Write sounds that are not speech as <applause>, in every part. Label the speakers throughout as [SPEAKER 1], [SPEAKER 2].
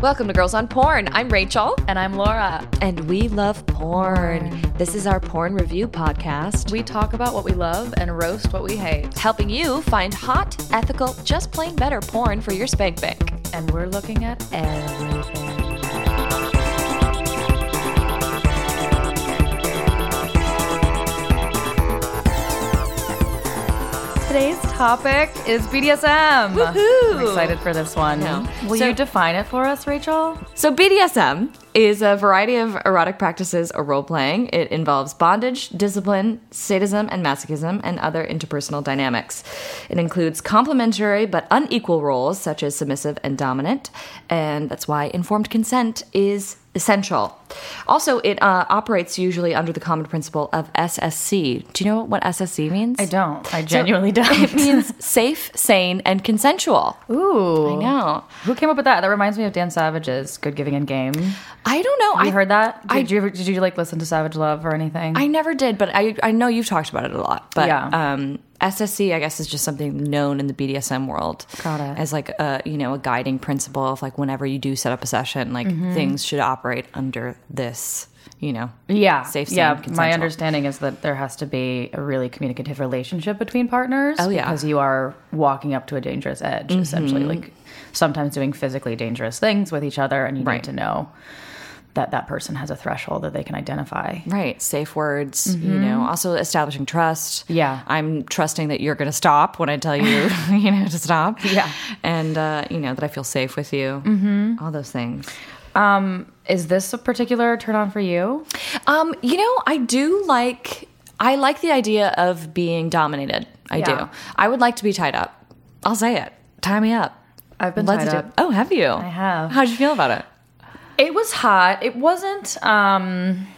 [SPEAKER 1] Welcome to Girls on Porn. I'm Rachel.
[SPEAKER 2] And I'm Laura.
[SPEAKER 1] And we love porn. This is our porn review podcast,
[SPEAKER 2] We talk about what we love and roast what we hate.
[SPEAKER 1] helping you find hot, ethical, just plain better porn for your spank bank.
[SPEAKER 2] And we're looking at
[SPEAKER 1] Everything.
[SPEAKER 2] today's topic is BDSM.
[SPEAKER 1] Woohoo!
[SPEAKER 2] I'm excited for this one.
[SPEAKER 1] know.
[SPEAKER 2] Will
[SPEAKER 1] So-
[SPEAKER 2] you define it for us, Rachel?
[SPEAKER 3] So BDSM is a variety of erotic practices or role playing. It involves bondage, discipline, sadism, and masochism, and other interpersonal dynamics. It includes complementary but unequal roles such as submissive and dominant, and that's why informed consent is essential. Also, it uh, operates usually under the common principle of SSC. Do you know what SSC means?
[SPEAKER 2] I don't. I <laughs> genuinely
[SPEAKER 3] It
[SPEAKER 2] don't.
[SPEAKER 3] means safe, sane, and consensual. I
[SPEAKER 2] Ooh.
[SPEAKER 3] know.
[SPEAKER 2] Who came up with that? That reminds me of Dan Savage's Good Giving and Game. You
[SPEAKER 3] I don't know. I
[SPEAKER 2] heard that? Did
[SPEAKER 3] I
[SPEAKER 2] you ever, did you like listen to Savage Love or anything?
[SPEAKER 3] I never did, but I I know you've talked about it a lot. But
[SPEAKER 2] Yeah.
[SPEAKER 3] um, SSC, I guess, is just something known in the BDSM world
[SPEAKER 2] Got it.
[SPEAKER 3] as like a you know a guiding principle of like whenever you do set up a session, like
[SPEAKER 2] Mm-hmm.
[SPEAKER 3] things should operate under this. You know,
[SPEAKER 2] Yeah.
[SPEAKER 3] safe, sane,
[SPEAKER 2] yeah. My
[SPEAKER 3] consensual.
[SPEAKER 2] understanding is that there has to be a really communicative relationship between partners.
[SPEAKER 3] Oh, yeah. Mm-hmm.
[SPEAKER 2] Because you are walking up to a dangerous edge, essentially. Like sometimes doing physically dangerous things with each other, and you
[SPEAKER 3] Right.
[SPEAKER 2] need to know that that person has a threshold that they can identify.
[SPEAKER 3] right? Safe words. You know, also establishing trust.
[SPEAKER 2] Mm-hmm. Yeah.
[SPEAKER 3] I'm trusting that you're going to stop when I tell you, <laughs> you know, to stop.
[SPEAKER 2] Yeah.
[SPEAKER 3] and uh, you know that I feel safe with you. Mm-hmm. All those things.
[SPEAKER 2] Um, Is this a particular turn on for you?
[SPEAKER 3] Um, you know, I do like I like the idea of being dominated. I
[SPEAKER 2] Yeah.
[SPEAKER 3] do. I would like to be tied up. I'll say it. Tie me up.
[SPEAKER 2] I've been
[SPEAKER 3] Let's
[SPEAKER 2] tied
[SPEAKER 3] do-
[SPEAKER 2] up.
[SPEAKER 3] Oh, have you? I
[SPEAKER 2] have.
[SPEAKER 3] How'd you feel about it?
[SPEAKER 2] It was hot. It wasn't. um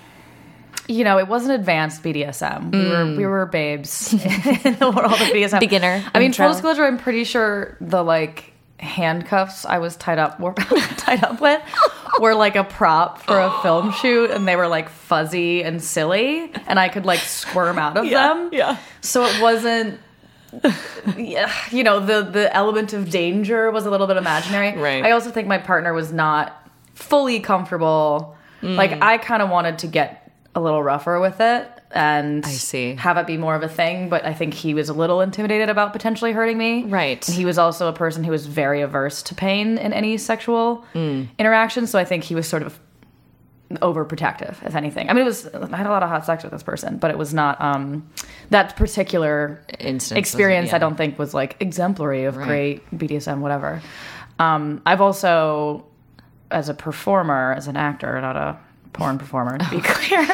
[SPEAKER 2] you know, it wasn't advanced BDSM. We were we were babes <laughs> in the world of BDSM.
[SPEAKER 3] Mm. <laughs> Beginner,
[SPEAKER 2] I mean,
[SPEAKER 3] intro.
[SPEAKER 2] full disclosure, I'm pretty sure the like handcuffs I was tied up were <laughs> tied up with were like a prop for
[SPEAKER 3] <gasps>
[SPEAKER 2] a film shoot, and they were like fuzzy and silly, and I could like squirm out of them.
[SPEAKER 3] yeah.
[SPEAKER 2] So it wasn't. yeah, you know the the element of danger was a little bit imaginary.
[SPEAKER 3] Right.
[SPEAKER 2] I also think my partner was not fully comfortable.
[SPEAKER 3] Mm.
[SPEAKER 2] Like I kind of wanted to get a little rougher with it and I
[SPEAKER 3] see.
[SPEAKER 2] have it be more of a thing, but I think he was a little intimidated about potentially hurting me.
[SPEAKER 3] Right.
[SPEAKER 2] And he was also a person who was very averse to pain in any sexual interaction, so I think he was sort of overprotective, if anything. I mean, it was I had a lot of hot sex with this person, but it was not um, that particular
[SPEAKER 3] Instance wasn't-
[SPEAKER 2] experience. I
[SPEAKER 3] yeah.
[SPEAKER 2] don't think was like exemplary of
[SPEAKER 3] Right.
[SPEAKER 2] great BDSM, whatever. Um, I've also, as a performer, as an actor, not a porn
[SPEAKER 3] <laughs>
[SPEAKER 2] performer, to be clear,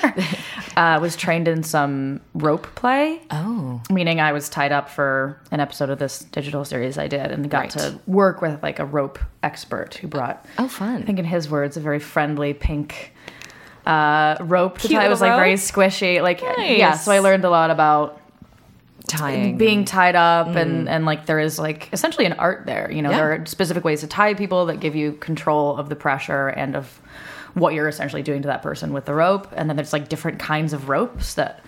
[SPEAKER 2] uh, was trained in some rope play
[SPEAKER 3] Oh.
[SPEAKER 2] meaning I was tied up for an episode of this digital series I did and got
[SPEAKER 3] Right.
[SPEAKER 2] to work with like a rope expert who brought
[SPEAKER 3] Oh, fun.
[SPEAKER 2] I think in his words a very friendly pink uh rope to
[SPEAKER 3] Cute
[SPEAKER 2] tie. it was like
[SPEAKER 3] little
[SPEAKER 2] very
[SPEAKER 3] rope.
[SPEAKER 2] squishy like yeah so I
[SPEAKER 3] Nice.
[SPEAKER 2] learned a lot about
[SPEAKER 3] Tying.
[SPEAKER 2] being tied up and and like there is like essentially an art there you know
[SPEAKER 3] Mm. Yeah.
[SPEAKER 2] there are specific ways to tie people that give you control of the pressure and of what you're essentially doing to that person with the rope and then there's like different kinds of ropes that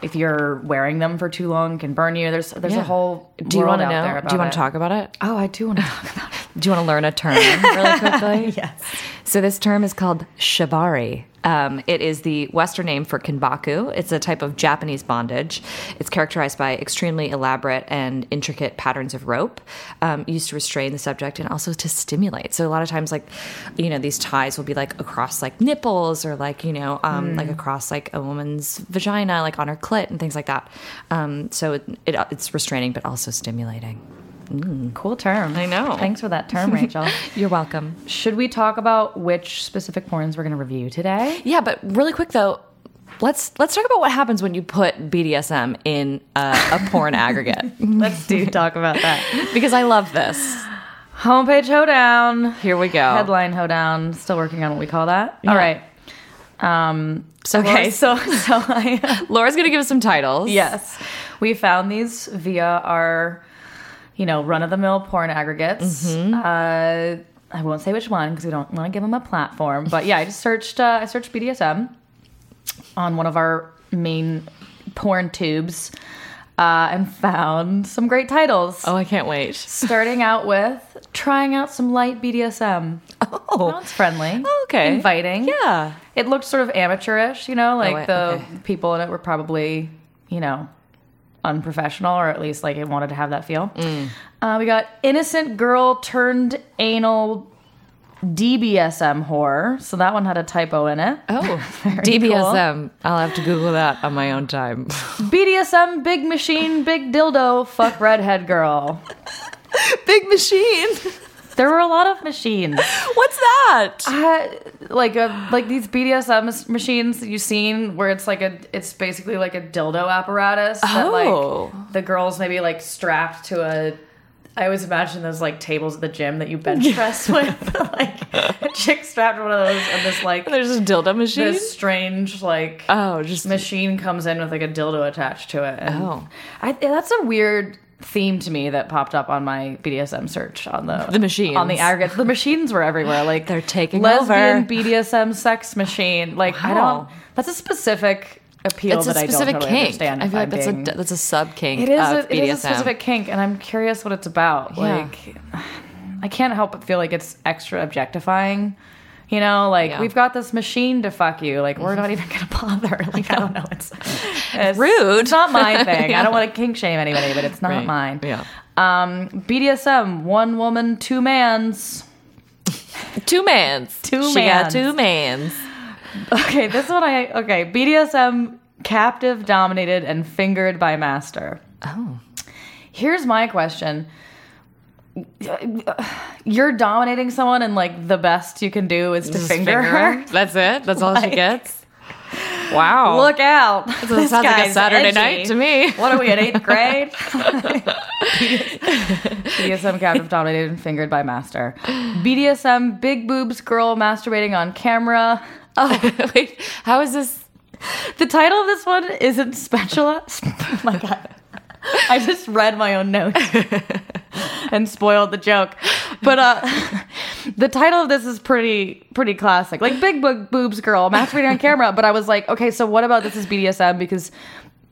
[SPEAKER 2] if you're wearing them for too long can burn you there's there's
[SPEAKER 3] Yeah.
[SPEAKER 2] a whole
[SPEAKER 3] Do you
[SPEAKER 2] want
[SPEAKER 3] want
[SPEAKER 2] to
[SPEAKER 3] to know? Do you want to talk about it?
[SPEAKER 2] oh i do want to talk about it
[SPEAKER 3] Do you want to learn a term really quickly? yes. So this term is called shibari. Um, it is the Western name for kinbaku. It's a type of Japanese bondage. It's characterized by extremely elaborate and intricate patterns of rope um, used to restrain the subject and also to stimulate. So a lot of times, like you know, these ties will be like across like nipples or like you know, um, like across like a woman's vagina, like on her clit and things like that. Um, so it, it, it's restraining but also stimulating.
[SPEAKER 2] Cool term.
[SPEAKER 3] I know.
[SPEAKER 2] Thanks for that term,
[SPEAKER 3] <laughs>
[SPEAKER 2] Rachel.
[SPEAKER 3] You're welcome.
[SPEAKER 2] Should we talk about which specific porns we're going to review today?
[SPEAKER 3] Yeah, but really quick though, let's let's talk about what happens when you put BDSM in a, a
[SPEAKER 2] <laughs>
[SPEAKER 3] porn aggregate
[SPEAKER 2] Let's <laughs> do talk about that.
[SPEAKER 3] because I love this.
[SPEAKER 2] Homepage hoedown.
[SPEAKER 3] Here we go.
[SPEAKER 2] Headline hoedown. Still working on what we call that. All right. Um,
[SPEAKER 3] Okay,
[SPEAKER 2] okay, so <laughs> so I
[SPEAKER 3] Laura's gonna give us some titles.
[SPEAKER 2] yes, we found these via our you know run of the mill porn aggregates.
[SPEAKER 3] Mm-hmm.
[SPEAKER 2] Uh, I won't say which one because we don't want to give them a platform. But yeah, I just searched uh, I searched BDSM on one of our main porn tubes uh, and found some great titles.
[SPEAKER 3] Oh, I can't
[SPEAKER 2] <laughs>
[SPEAKER 3] wait.
[SPEAKER 2] Starting out with trying out some light BDSM.
[SPEAKER 3] Oh,
[SPEAKER 2] Sounds friendly.
[SPEAKER 3] okay.
[SPEAKER 2] Inviting.
[SPEAKER 3] Yeah.
[SPEAKER 2] It looked sort of amateurish, you know, like
[SPEAKER 3] wait,
[SPEAKER 2] the
[SPEAKER 3] okay.
[SPEAKER 2] people in it were probably, you know, unprofessional or at least like it wanted to have that feel.
[SPEAKER 3] Mm.
[SPEAKER 2] Uh, we got innocent girl turned anal DBSM whore. So that one had a typo in it.
[SPEAKER 3] <laughs> Oh,
[SPEAKER 2] Very
[SPEAKER 3] DBSM. I'll have to Google that on my own
[SPEAKER 2] <laughs>
[SPEAKER 3] time.
[SPEAKER 2] BDSM big machine, big dildo, fuck redhead girl.
[SPEAKER 3] Big machine.
[SPEAKER 2] There were a lot of machines.
[SPEAKER 3] <laughs> What's that?
[SPEAKER 2] <laughs> Uh, like a, like these BDSM mas- machines that you've seen where it's like a it's basically like a dildo apparatus that
[SPEAKER 3] Oh.
[SPEAKER 2] like the girls maybe like strapped to a I always imagine those like tables at the gym that you bench press with <laughs> like a chick strapped to one of those and this
[SPEAKER 3] <laughs>
[SPEAKER 2] like
[SPEAKER 3] There's a dildo machine.
[SPEAKER 2] this strange like
[SPEAKER 3] oh, just
[SPEAKER 2] machine comes in with like a dildo attached to it. And
[SPEAKER 3] Oh.
[SPEAKER 2] I, that's a weird theme to me that popped up on my BDSM search on the
[SPEAKER 3] The machines.
[SPEAKER 2] on the aggregate. The machines were everywhere. Like
[SPEAKER 3] They're taking
[SPEAKER 2] lesbian
[SPEAKER 3] over.
[SPEAKER 2] BDSM sex machine. Like I
[SPEAKER 3] Wow.
[SPEAKER 2] don't. That's a specific appeal
[SPEAKER 3] it's a
[SPEAKER 2] that I don't
[SPEAKER 3] specific
[SPEAKER 2] totally
[SPEAKER 3] kink.
[SPEAKER 2] understand.
[SPEAKER 3] I
[SPEAKER 2] if
[SPEAKER 3] feel like
[SPEAKER 2] I'm
[SPEAKER 3] that's
[SPEAKER 2] being-
[SPEAKER 3] a that's a sub kink.
[SPEAKER 2] it is,
[SPEAKER 3] of
[SPEAKER 2] a,
[SPEAKER 3] BDSM.
[SPEAKER 2] it is a specific kink, and I'm curious what it's about.
[SPEAKER 3] Yeah.
[SPEAKER 2] Like, <sighs> I can't help but feel like it's extra objectifying. You know, like
[SPEAKER 3] Yeah. Mm-hmm.
[SPEAKER 2] we've got this machine to fuck you. Like we're not even gonna <laughs> bother. Like I don't know.
[SPEAKER 3] <laughs>
[SPEAKER 2] It's, it's
[SPEAKER 3] Rude.
[SPEAKER 2] It's not
[SPEAKER 3] <laughs>
[SPEAKER 2] my thing. I
[SPEAKER 3] Yeah.
[SPEAKER 2] don't want to kink shame anybody, but it's not
[SPEAKER 3] Right.
[SPEAKER 2] mine.
[SPEAKER 3] Yeah.
[SPEAKER 2] Um, BDSM: one woman, two mans.
[SPEAKER 3] Two mans.
[SPEAKER 2] Two
[SPEAKER 3] She got
[SPEAKER 2] mans.
[SPEAKER 3] two mans.
[SPEAKER 2] Okay, this one I okay. BDSM captive dominated and fingered by master. Oh. Here's my question. You're dominating someone and like the best you can do is to
[SPEAKER 3] Just
[SPEAKER 2] finger,
[SPEAKER 3] <laughs>
[SPEAKER 2] her.
[SPEAKER 3] That's it. That's all she gets. Wow.
[SPEAKER 2] <laughs> Look out. This
[SPEAKER 3] sounds like a
[SPEAKER 2] guy's
[SPEAKER 3] Saturday
[SPEAKER 2] edgy.
[SPEAKER 3] night to me.
[SPEAKER 2] What are we
[SPEAKER 3] <laughs>
[SPEAKER 2] in eighth grade? BDSM
[SPEAKER 3] <laughs>
[SPEAKER 2] captive dominated and fingered by master. BDSM big boobs girl masturbating on camera.
[SPEAKER 3] Oh, <laughs> wait. How is this?
[SPEAKER 2] The title of this one isn't <laughs> spatula. Oh my god. I just read my own notes and spoiled the joke. But uh the title of this is pretty pretty classic. Like big bo- boobs girl masturbating on camera, but I was like, okay, so what about this is BDSM because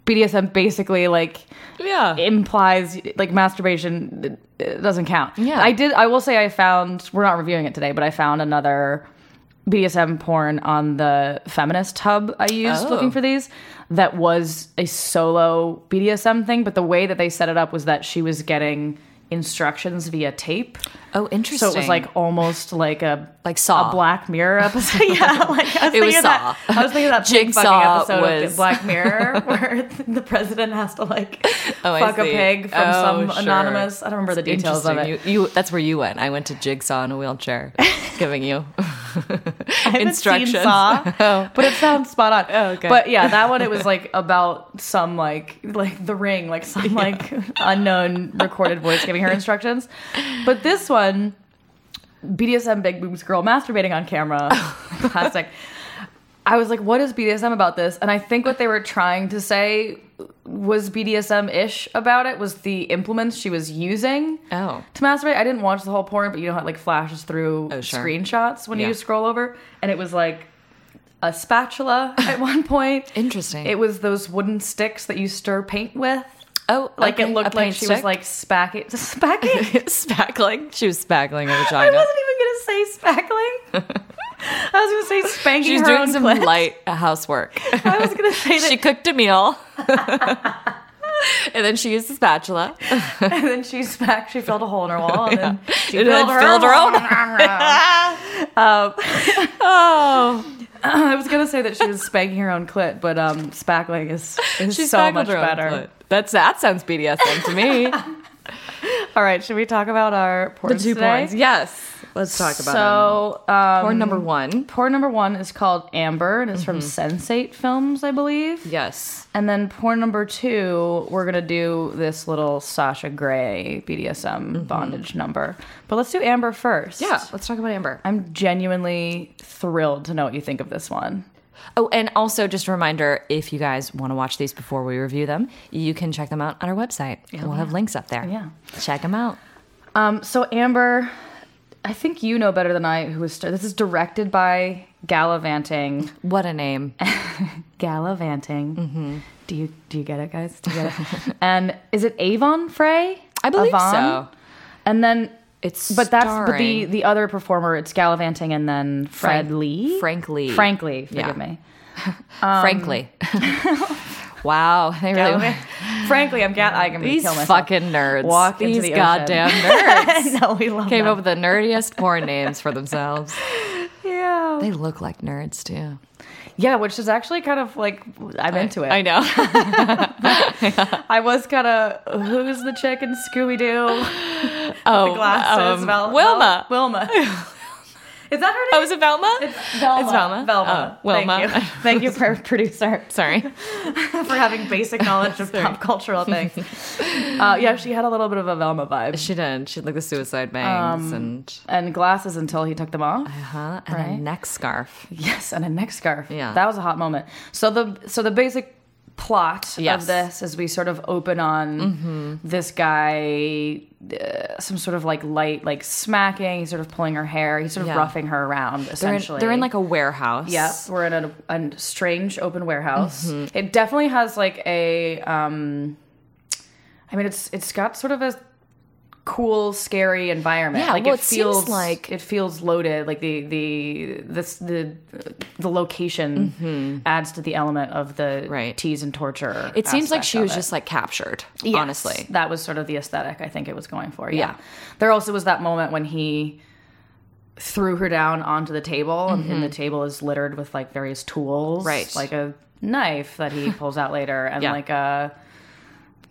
[SPEAKER 2] BDSM basically like
[SPEAKER 3] Yeah.
[SPEAKER 2] implies like masturbation it- it doesn't count.
[SPEAKER 3] Yeah.
[SPEAKER 2] I did. I will say I found we're not reviewing it today, but I found another BDSM porn on the feminist hub I used
[SPEAKER 3] Oh.
[SPEAKER 2] looking for these that was a solo BDSM thing, but the way that they set it up was that she was getting instructions via tape.
[SPEAKER 3] oh, interesting.
[SPEAKER 2] So it was like almost like a
[SPEAKER 3] Like Saw.
[SPEAKER 2] a Black
[SPEAKER 3] <laughs>
[SPEAKER 2] Mirror episode. <laughs> yeah, like I was
[SPEAKER 3] It
[SPEAKER 2] thinking
[SPEAKER 3] was
[SPEAKER 2] of that.
[SPEAKER 3] Saw.
[SPEAKER 2] I was thinking of that pig fucking
[SPEAKER 3] Jigsaw
[SPEAKER 2] episode
[SPEAKER 3] was-
[SPEAKER 2] of
[SPEAKER 3] <laughs>
[SPEAKER 2] Black Mirror where the president has to like
[SPEAKER 3] Oh, I
[SPEAKER 2] fuck a
[SPEAKER 3] see.
[SPEAKER 2] pig from
[SPEAKER 3] Oh,
[SPEAKER 2] some
[SPEAKER 3] sure.
[SPEAKER 2] anonymous. I don't remember the details of it.
[SPEAKER 3] Interesting. You, you, that's where you went. I went to Jigsaw in a
[SPEAKER 2] <laughs>
[SPEAKER 3] wheelchair, giving you
[SPEAKER 2] I haven't seen
[SPEAKER 3] instructions. <laughs> Oh.
[SPEAKER 2] Saw, but it sounds spot on.
[SPEAKER 3] okay.
[SPEAKER 2] But yeah, that one it was like about some like like the ring, like some like unknown recorded voice giving her instructions. But this one, BDSM big boobs girl masturbating on
[SPEAKER 3] <laughs>
[SPEAKER 2] camera, classic. I was like, what is BDSM about this? And I think what they were trying to say was BDSM ish about it was the implements she was using
[SPEAKER 3] Oh.
[SPEAKER 2] to masturbate. I didn't watch the whole porn, but you know how it like flashes through
[SPEAKER 3] Oh, sure.
[SPEAKER 2] screenshots when
[SPEAKER 3] Yeah.
[SPEAKER 2] you scroll over, and it was like
[SPEAKER 3] <laughs>
[SPEAKER 2] a spatula at one point.
[SPEAKER 3] Interesting.
[SPEAKER 2] It was those wooden sticks that you stir paint with.
[SPEAKER 3] oh,
[SPEAKER 2] Like
[SPEAKER 3] okay,
[SPEAKER 2] it looked
[SPEAKER 3] a
[SPEAKER 2] like
[SPEAKER 3] paint
[SPEAKER 2] she was
[SPEAKER 3] stick. <laughs>
[SPEAKER 2] like <laughs> spacking, spacking.
[SPEAKER 3] spackling. She was spackling her
[SPEAKER 2] <laughs>
[SPEAKER 3] <laughs>
[SPEAKER 2] I
[SPEAKER 3] vagina.
[SPEAKER 2] wasn't
[SPEAKER 3] <laughs>
[SPEAKER 2] even gonna say spackling. I was gonna say spanking
[SPEAKER 3] She's
[SPEAKER 2] her
[SPEAKER 3] doing
[SPEAKER 2] own
[SPEAKER 3] some
[SPEAKER 2] clit.
[SPEAKER 3] light housework.
[SPEAKER 2] <laughs>
[SPEAKER 3] <laughs>
[SPEAKER 2] I was gonna say that,
[SPEAKER 3] she cooked a meal.
[SPEAKER 2] <laughs>
[SPEAKER 3] <laughs> And then she used a spatula.
[SPEAKER 2] and then she smacked. She filled a hole in her wall,
[SPEAKER 3] <laughs>
[SPEAKER 2] and then <laughs> she
[SPEAKER 3] And then
[SPEAKER 2] filled, her,
[SPEAKER 3] filled her
[SPEAKER 2] <laughs>
[SPEAKER 3] own. <laughs>
[SPEAKER 2] Um,
[SPEAKER 3] Oh,
[SPEAKER 2] I was gonna say that she was spanking her own clit, but um, spackling is, is
[SPEAKER 3] she
[SPEAKER 2] so
[SPEAKER 3] spackled
[SPEAKER 2] much
[SPEAKER 3] her own <laughs>
[SPEAKER 2] better.
[SPEAKER 3] clit. That's that sounds BDSM to me.
[SPEAKER 2] All All right, should we talk about our
[SPEAKER 3] The
[SPEAKER 2] porns
[SPEAKER 3] two
[SPEAKER 2] today?
[SPEAKER 3] porns. Yes. Let's talk about
[SPEAKER 2] So,
[SPEAKER 3] them.
[SPEAKER 2] um,
[SPEAKER 3] Porn Mm-hmm. number one.
[SPEAKER 2] porn number one is called Amber, and it's from Sensate Films, I believe.
[SPEAKER 3] Yes.
[SPEAKER 2] And then porn number two, we're gonna do this little Sasha Grey BDSM bondage number. But let's do Amber first.
[SPEAKER 3] Mm-hmm. Yeah. Let's talk about Amber.
[SPEAKER 2] I'm genuinely thrilled to know what you think of this one.
[SPEAKER 3] Oh, and also just a reminder if you guys want to watch these before we review them, you can check them out on our website. and we'll have links up there.
[SPEAKER 2] Yeah.
[SPEAKER 3] Check them out.
[SPEAKER 2] Um, so Amber, I think you know better than I. Who is this? Is directed by Gallivanting.
[SPEAKER 3] What a
[SPEAKER 2] <laughs>
[SPEAKER 3] name.
[SPEAKER 2] Gallivanting.
[SPEAKER 3] Mm-hmm.
[SPEAKER 2] Do you do you get it, guys? Do you get
[SPEAKER 3] <laughs>
[SPEAKER 2] it? and is it Avon Frey?
[SPEAKER 3] I believe
[SPEAKER 2] Avon?
[SPEAKER 3] so.
[SPEAKER 2] And then
[SPEAKER 3] It's
[SPEAKER 2] but that's but the
[SPEAKER 3] starring-
[SPEAKER 2] the other performer. It's Gallivanting and then Fred
[SPEAKER 3] Frank-
[SPEAKER 2] Lee.
[SPEAKER 3] Frank Lee.
[SPEAKER 2] E? Frank Lee. Um, Forgive
[SPEAKER 3] Yeah. <laughs>
[SPEAKER 2] me. <laughs>
[SPEAKER 3] Frankly. wow. They really
[SPEAKER 2] Frankly, I'm gal. I can
[SPEAKER 3] These
[SPEAKER 2] kill myself.
[SPEAKER 3] fucking nerds.
[SPEAKER 2] Walk
[SPEAKER 3] These
[SPEAKER 2] into the ocean. <laughs>
[SPEAKER 3] goddamn nerds.
[SPEAKER 2] no, we love
[SPEAKER 3] Came up
[SPEAKER 2] them.
[SPEAKER 3] with the nerdiest porn names for themselves.
[SPEAKER 2] yeah.
[SPEAKER 3] They look like nerds too.
[SPEAKER 2] Yeah, which is actually kind of like I'm into it.
[SPEAKER 3] I
[SPEAKER 2] <laughs>
[SPEAKER 3] know.
[SPEAKER 2] I was kind of who's the chick in Scooby Doo?
[SPEAKER 3] Oh,
[SPEAKER 2] the glasses.
[SPEAKER 3] um,
[SPEAKER 2] Vel-
[SPEAKER 3] Wilma.
[SPEAKER 2] Vel-
[SPEAKER 3] <laughs>
[SPEAKER 2] Wilma. Is that her
[SPEAKER 3] Oh,
[SPEAKER 2] name?
[SPEAKER 3] is it Velma?
[SPEAKER 2] Velma.
[SPEAKER 3] it's Velma?
[SPEAKER 2] Velma.
[SPEAKER 3] Oh, Wilma. <laughs>
[SPEAKER 2] Thank you, Thank you for producer
[SPEAKER 3] Sorry.
[SPEAKER 2] <laughs> for having basic
[SPEAKER 3] <laughs>
[SPEAKER 2] knowledge of pop cultural things. Uh, yeah, she had a little bit of a Velma vibe
[SPEAKER 3] She did. She had like the suicide bangs and
[SPEAKER 2] and glasses until he took them off.
[SPEAKER 3] huh, uh-huh, and
[SPEAKER 2] Right.
[SPEAKER 3] a neck scarf.
[SPEAKER 2] Yes, and a neck scarf.
[SPEAKER 3] Yeah.
[SPEAKER 2] that was a hot moment. So the so the basic plot
[SPEAKER 3] Yes. Mm-hmm.
[SPEAKER 2] of this is we sort of open on this guy, uh, some sort of like light like smacking. He's sort of pulling her hair. He's sort of
[SPEAKER 3] Yeah.
[SPEAKER 2] roughing her around.
[SPEAKER 3] They're in,
[SPEAKER 2] Essentially,
[SPEAKER 3] they're in like a warehouse. Mm-hmm.
[SPEAKER 2] Yep, we're in a, a strange open warehouse. It definitely has like a, um, I mean, it's it's got sort of a cool, scary environment.
[SPEAKER 3] Yeah,
[SPEAKER 2] like
[SPEAKER 3] well,
[SPEAKER 2] it
[SPEAKER 3] it seems
[SPEAKER 2] feels
[SPEAKER 3] like-
[SPEAKER 2] it feels loaded. Like the the this the the location adds to the element of the
[SPEAKER 3] Mm-hmm. Right.
[SPEAKER 2] tease and torture.
[SPEAKER 3] It seems like
[SPEAKER 2] aspect
[SPEAKER 3] she
[SPEAKER 2] of
[SPEAKER 3] was
[SPEAKER 2] it.
[SPEAKER 3] just like captured,
[SPEAKER 2] Yes,
[SPEAKER 3] honestly.
[SPEAKER 2] That was sort of the aesthetic I think it was going for. Yeah.
[SPEAKER 3] Yeah.
[SPEAKER 2] There also was that moment when he threw her down onto the table, and- and the table is littered with like various tools.
[SPEAKER 3] Mm-hmm. Right.
[SPEAKER 2] Like a knife that he pulls out later, and
[SPEAKER 3] Yeah.
[SPEAKER 2] like a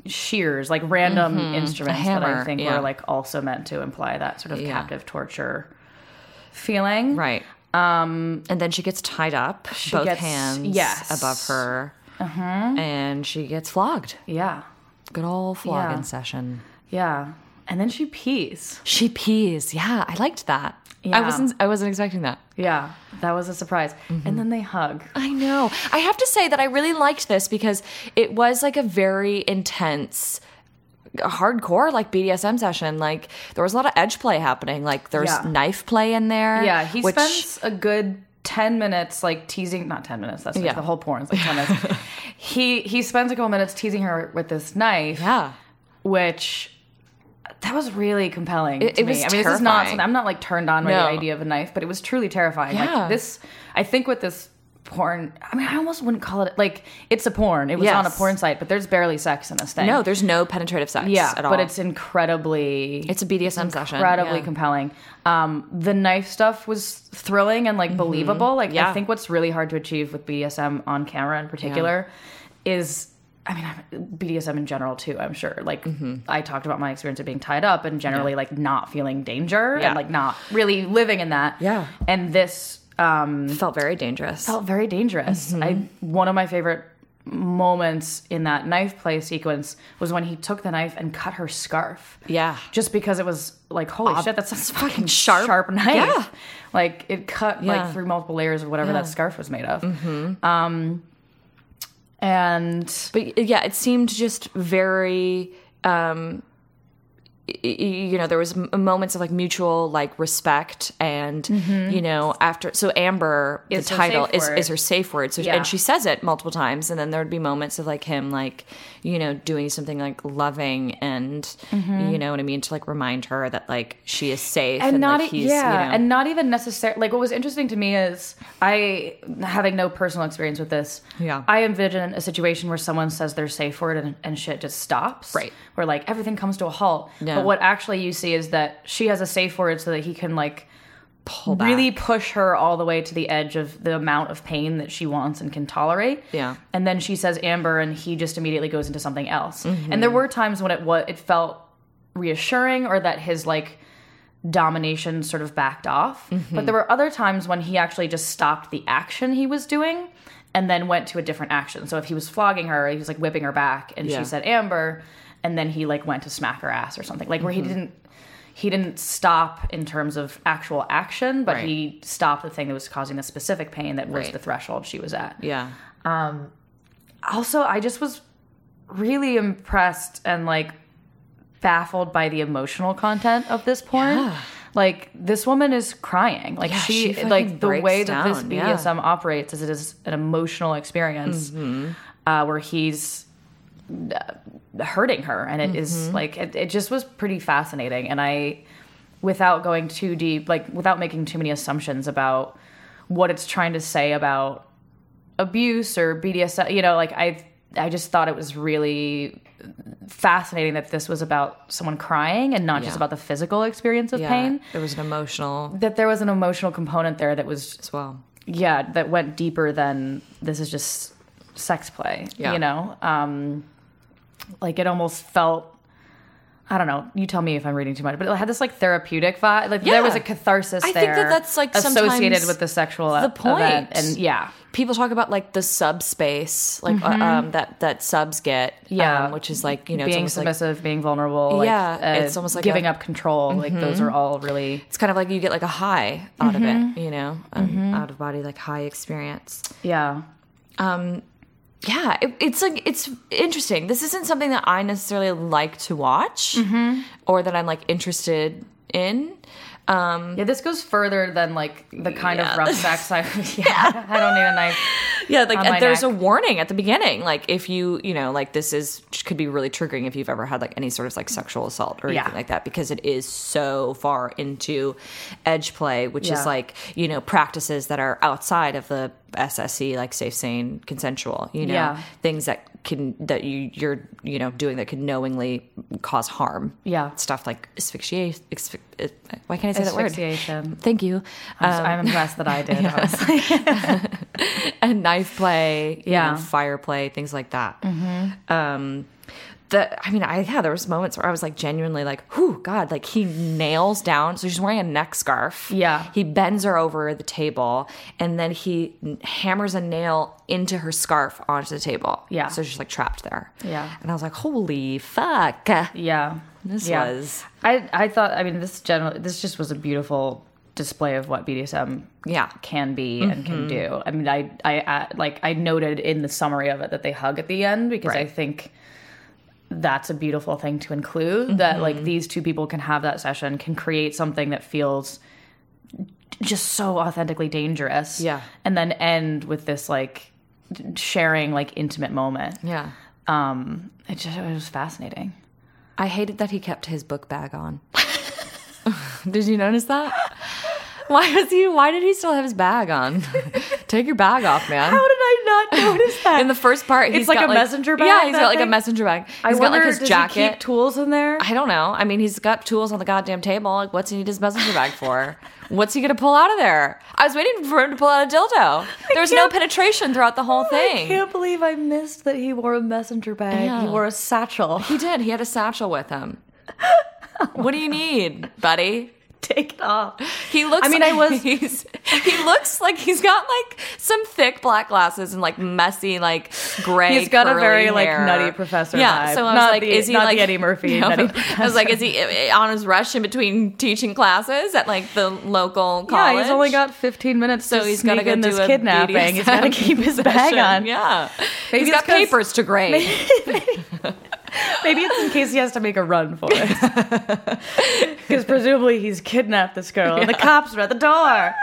[SPEAKER 2] shears, like random instruments that I
[SPEAKER 3] Mm-hmm. hammer,
[SPEAKER 2] think
[SPEAKER 3] yeah.
[SPEAKER 2] were like also meant to imply that sort of
[SPEAKER 3] Yeah.
[SPEAKER 2] captive torture feeling.
[SPEAKER 3] Right. Um, and then she gets tied up, both
[SPEAKER 2] gets-
[SPEAKER 3] hands
[SPEAKER 2] yes.
[SPEAKER 3] above her. And she gets flogged.
[SPEAKER 2] Yeah.
[SPEAKER 3] Good old flogging
[SPEAKER 2] Yeah.
[SPEAKER 3] session.
[SPEAKER 2] Yeah. And then she pees.
[SPEAKER 3] She pees. Yeah, I liked that. I
[SPEAKER 2] Yeah.
[SPEAKER 3] wasn't I wasn't expecting that.
[SPEAKER 2] Yeah. That was a surprise.
[SPEAKER 3] Mm-hmm.
[SPEAKER 2] And then they hug.
[SPEAKER 3] I know. I have to say that I really liked this because it was like a very intense hardcore like BDSM session. Like there was a lot of edge play happening. Like there's
[SPEAKER 2] Yeah.
[SPEAKER 3] knife play in there.
[SPEAKER 2] Yeah, he
[SPEAKER 3] which-
[SPEAKER 2] spends a good ten minutes like teasing. Not ten minutes. That's
[SPEAKER 3] Yeah.
[SPEAKER 2] the whole porn. is, Like
[SPEAKER 3] <laughs>
[SPEAKER 2] ten minutes. he he spends a couple minutes teasing her with this knife,
[SPEAKER 3] Yeah.
[SPEAKER 2] which that was really compelling.
[SPEAKER 3] It-
[SPEAKER 2] to
[SPEAKER 3] it
[SPEAKER 2] me.
[SPEAKER 3] was
[SPEAKER 2] I mean, this is not.
[SPEAKER 3] terrifying.
[SPEAKER 2] something- I'm not like turned on by
[SPEAKER 3] No.
[SPEAKER 2] the idea of a knife, but it was truly terrifying.
[SPEAKER 3] Yeah.
[SPEAKER 2] Like this, I think with this porn. I mean, I almost wouldn't call it like it's a porn. It was on a
[SPEAKER 3] Yes.
[SPEAKER 2] porn site, but there's barely sex in this thing.
[SPEAKER 3] No, there's no penetrative sex
[SPEAKER 2] yeah,
[SPEAKER 3] at all.
[SPEAKER 2] but it's incredibly
[SPEAKER 3] it's a BDSM session.
[SPEAKER 2] incredibly
[SPEAKER 3] Yeah.
[SPEAKER 2] compelling. Um, the knife stuff was thrilling and like believable. Like
[SPEAKER 3] Mm-hmm. Yeah.
[SPEAKER 2] I think what's really hard to achieve with BDSM on camera in particular is. I mean, I'm- BDSM in general too. I'm sure. Like,
[SPEAKER 3] Mm-hmm.
[SPEAKER 2] I talked about my experience of being tied up and generally like not feeling danger
[SPEAKER 3] Yeah.
[SPEAKER 2] and like not really living in that.
[SPEAKER 3] Yeah.
[SPEAKER 2] And this um,
[SPEAKER 3] It felt very dangerous.
[SPEAKER 2] felt very dangerous.
[SPEAKER 3] Mm-hmm.
[SPEAKER 2] I one of my favorite moments in that knife play sequence was when he took the knife and cut her scarf.
[SPEAKER 3] Yeah.
[SPEAKER 2] Just because it was like, holy shit, that's a <laughs> fucking
[SPEAKER 3] sharp-
[SPEAKER 2] sharp knife.
[SPEAKER 3] Yeah.
[SPEAKER 2] Like it cut
[SPEAKER 3] Yeah.
[SPEAKER 2] like through multiple layers of whatever
[SPEAKER 3] Yeah.
[SPEAKER 2] that scarf was made of. Um and
[SPEAKER 3] but yeah, it seemed just very. Um, y- y- you know, there was m- moments of like mutual like respect, and you know, after so Amber,
[SPEAKER 2] Mm-hmm. Is
[SPEAKER 3] the
[SPEAKER 2] her
[SPEAKER 3] title
[SPEAKER 2] safe
[SPEAKER 3] is,
[SPEAKER 2] word.
[SPEAKER 3] is her safe word, so
[SPEAKER 2] Yeah.
[SPEAKER 3] and she says it multiple times, and then there would be moments of like him like you know doing something like loving and you know what I mean to like remind her that like she is safe and,
[SPEAKER 2] Mm-hmm. and not
[SPEAKER 3] like,
[SPEAKER 2] e-
[SPEAKER 3] he's
[SPEAKER 2] yeah,
[SPEAKER 3] you know,
[SPEAKER 2] and not even necessarily. Like what was interesting to me is I, having no personal experience with this,
[SPEAKER 3] Yeah.
[SPEAKER 2] I envision a situation where someone says their safe word and, and shit just stops,
[SPEAKER 3] Right.
[SPEAKER 2] Where like everything comes to a halt.
[SPEAKER 3] Yeah.
[SPEAKER 2] But what actually you see is that she has a safe word so that he can like
[SPEAKER 3] pull back.
[SPEAKER 2] really push her all the way to the edge of the amount of pain that she wants and can tolerate.
[SPEAKER 3] Yeah.
[SPEAKER 2] And
[SPEAKER 3] Mm-hmm.
[SPEAKER 2] then she says Amber and he just immediately goes into something else. And there were times when it what it felt reassuring or that his like domination sort of backed off.
[SPEAKER 3] Mm-hmm.
[SPEAKER 2] But there were other times when he actually just stopped the action he was doing and then went to a different action. So if he was flogging her, he was like whipping her back and
[SPEAKER 3] Yeah.
[SPEAKER 2] she said Amber and then he like went to smack her ass or something. Like where
[SPEAKER 3] Mm-hmm.
[SPEAKER 2] he didn't he didn't stop in terms of actual action, but
[SPEAKER 3] Right.
[SPEAKER 2] he stopped the thing that was causing the specific pain that was
[SPEAKER 3] Right.
[SPEAKER 2] the threshold she was at
[SPEAKER 3] Yeah.
[SPEAKER 2] also i just was really impressed and like baffled by the emotional content of this porn like this woman is crying like
[SPEAKER 3] Yeah,
[SPEAKER 2] she,
[SPEAKER 3] she fucking
[SPEAKER 2] like the
[SPEAKER 3] breaks
[SPEAKER 2] way that this
[SPEAKER 3] down, yeah.
[SPEAKER 2] bdsm operates is it is an emotional experience
[SPEAKER 3] Mm-hmm.
[SPEAKER 2] uh, where he's uh, hurting her and it is
[SPEAKER 3] Mm-hmm.
[SPEAKER 2] like it, it just was pretty fascinating and i without going too deep like without making too many assumptions about what it's trying to say about abuse or BDSM. You know, like I I just thought it was really fascinating that this was about someone crying and not
[SPEAKER 3] Yeah.
[SPEAKER 2] just about the physical experience of
[SPEAKER 3] Yeah.
[SPEAKER 2] pain.
[SPEAKER 3] There was an emotional
[SPEAKER 2] That there was an emotional component there that was
[SPEAKER 3] as well.
[SPEAKER 2] yeah that went deeper than this is just sex play.
[SPEAKER 3] Yeah.
[SPEAKER 2] You know, um, like it almost felt. I don't know. You tell me if I'm reading too much, but it had this like therapeutic vibe. Like
[SPEAKER 3] Yeah.
[SPEAKER 2] there was a catharsis.
[SPEAKER 3] I think that
[SPEAKER 2] there
[SPEAKER 3] that's, like,
[SPEAKER 2] associated
[SPEAKER 3] sometimes
[SPEAKER 2] with the sexual
[SPEAKER 3] the point.
[SPEAKER 2] event. and yeah,
[SPEAKER 3] People talk about like the subspace, like uh, um, that that subs get,
[SPEAKER 2] Mm-hmm. Yeah.
[SPEAKER 3] um, which is like you know,
[SPEAKER 2] being
[SPEAKER 3] it's almost like
[SPEAKER 2] submissive, being vulnerable, like,
[SPEAKER 3] Yeah,
[SPEAKER 2] uh,
[SPEAKER 3] it's almost like
[SPEAKER 2] giving
[SPEAKER 3] a- Mm-hmm.
[SPEAKER 2] up control. Like those are all really,
[SPEAKER 3] it's kind of like you get like a high out
[SPEAKER 2] Mm-hmm.
[SPEAKER 3] of it, you know, an out of body like high experience.
[SPEAKER 2] yeah,
[SPEAKER 3] Yeah, it, it's like it's interesting. This isn't something that I necessarily like to watch
[SPEAKER 2] Mm-hmm.
[SPEAKER 3] or that I'm like interested in. um,
[SPEAKER 2] yeah. This goes further than like the kind of rough sex I, <laughs>
[SPEAKER 3] <laughs>
[SPEAKER 2] yeah, I don't even like.
[SPEAKER 3] Yeah, like
[SPEAKER 2] my
[SPEAKER 3] there's
[SPEAKER 2] neck.
[SPEAKER 3] a warning at the beginning. Like if you, you know, like this is could be really triggering if you've ever had like any sort of like sexual assault or
[SPEAKER 2] Yeah.
[SPEAKER 3] anything like that because it is so far into edge play, which
[SPEAKER 2] Yeah.
[SPEAKER 3] is like you know practices that are outside of the SSC, like safe, sane, consensual. You know,
[SPEAKER 2] Yeah.
[SPEAKER 3] things that can that you you're you know doing that could knowingly cause harm.
[SPEAKER 2] Yeah.
[SPEAKER 3] stuff like asphyxiation. Asphyx- why can't I say that
[SPEAKER 2] Asphyxiation.
[SPEAKER 3] word? Uh, Um, Thank you.
[SPEAKER 2] I'm, s- I'm impressed that I
[SPEAKER 3] <laughs>
[SPEAKER 2] did. honestly.
[SPEAKER 3] and <laughs> knife play, yeah,
[SPEAKER 2] Yeah. Mm-hmm.
[SPEAKER 3] fire play, things like that. Um, the I mean, I yeah, there was moments where I was like genuinely like, whew, God, like he nails down. So she's wearing a neck scarf.
[SPEAKER 2] Yeah.
[SPEAKER 3] he bends her over the table, and then he n- hammers a nail into her scarf onto the table.
[SPEAKER 2] Yeah.
[SPEAKER 3] so she's like trapped there.
[SPEAKER 2] Yeah.
[SPEAKER 3] and I was like, holy fuck.
[SPEAKER 2] Yeah,
[SPEAKER 3] This
[SPEAKER 2] yeah.
[SPEAKER 3] was-
[SPEAKER 2] I I thought. I mean, this general. This just was a beautiful display of what BDSM
[SPEAKER 3] Yeah. Mm-hmm.
[SPEAKER 2] can be and can do. I mean, I, I I like I noted in the summary of it that they hug at the end because I
[SPEAKER 3] Right.
[SPEAKER 2] think that's a beautiful thing to include.
[SPEAKER 3] Mm-hmm.
[SPEAKER 2] That like these two people can have that session, can create something that feels just so authentically dangerous.
[SPEAKER 3] Yeah.
[SPEAKER 2] and then end with this like sharing like intimate moment.
[SPEAKER 3] Yeah,
[SPEAKER 2] Um, it just it was fascinating.
[SPEAKER 3] I hated that he kept his book bag on. <laughs> did you notice that? Why was he? Why did he still have his bag on? <laughs> Take your bag off, man.
[SPEAKER 2] How did I not notice that?
[SPEAKER 3] In the first part, he's
[SPEAKER 2] like
[SPEAKER 3] got
[SPEAKER 2] a messenger bag,
[SPEAKER 3] Yeah, he's
[SPEAKER 2] that
[SPEAKER 3] got like a
[SPEAKER 2] thing?
[SPEAKER 3] messenger bag. He's
[SPEAKER 2] I
[SPEAKER 3] got
[SPEAKER 2] wonder
[SPEAKER 3] like his
[SPEAKER 2] does
[SPEAKER 3] jacket.
[SPEAKER 2] he keep tools in there?
[SPEAKER 3] I don't know. I mean, he's got tools on the goddamn table. Like, what's he need his messenger bag for? what's he gonna pull out of there? I was waiting for him to pull out a dildo. There was no
[SPEAKER 2] can't-
[SPEAKER 3] penetration throughout the whole
[SPEAKER 2] I
[SPEAKER 3] thing.
[SPEAKER 2] can't believe I missed that he wore a messenger bag.
[SPEAKER 3] Yeah.
[SPEAKER 2] He wore a satchel. <laughs>
[SPEAKER 3] He did. He had a satchel with him. what do you need, buddy?
[SPEAKER 2] Take it off.
[SPEAKER 3] He looks.
[SPEAKER 2] I mean, I was-
[SPEAKER 3] <laughs> He's, he looks like he's got like some thick black glasses and like messy, like gray.
[SPEAKER 2] He's got a
[SPEAKER 3] curly
[SPEAKER 2] very, like,
[SPEAKER 3] hair.
[SPEAKER 2] nutty professor
[SPEAKER 3] Yeah.
[SPEAKER 2] vibe.
[SPEAKER 3] So I was
[SPEAKER 2] Not
[SPEAKER 3] like,
[SPEAKER 2] the-
[SPEAKER 3] is he
[SPEAKER 2] not the
[SPEAKER 3] like
[SPEAKER 2] Eddie
[SPEAKER 3] <laughs>
[SPEAKER 2] Murphy
[SPEAKER 3] No.
[SPEAKER 2] nutty
[SPEAKER 3] I was like, is he eh, eh, on his rush in between teaching classes at like the local college?
[SPEAKER 2] Yeah, he's only got 15 minutes,
[SPEAKER 3] So
[SPEAKER 2] so
[SPEAKER 3] he's
[SPEAKER 2] he's
[SPEAKER 3] gotta
[SPEAKER 2] got
[SPEAKER 3] go
[SPEAKER 2] in
[SPEAKER 3] do
[SPEAKER 2] this
[SPEAKER 3] a
[SPEAKER 2] kidnapping. He's
[SPEAKER 3] <laughs>
[SPEAKER 2] got to
[SPEAKER 3] BDSM
[SPEAKER 2] keep his <laughs> bag
[SPEAKER 3] Sure.
[SPEAKER 2] on.
[SPEAKER 3] Yeah.
[SPEAKER 2] Maybe
[SPEAKER 3] he's
[SPEAKER 2] it's
[SPEAKER 3] got
[SPEAKER 2] 'cause-
[SPEAKER 3] papers to grade.
[SPEAKER 2] Maybe it's in case he has to make a run for it. <laughs> Because presumably he's kidnapped this girl, and the cops are at the door.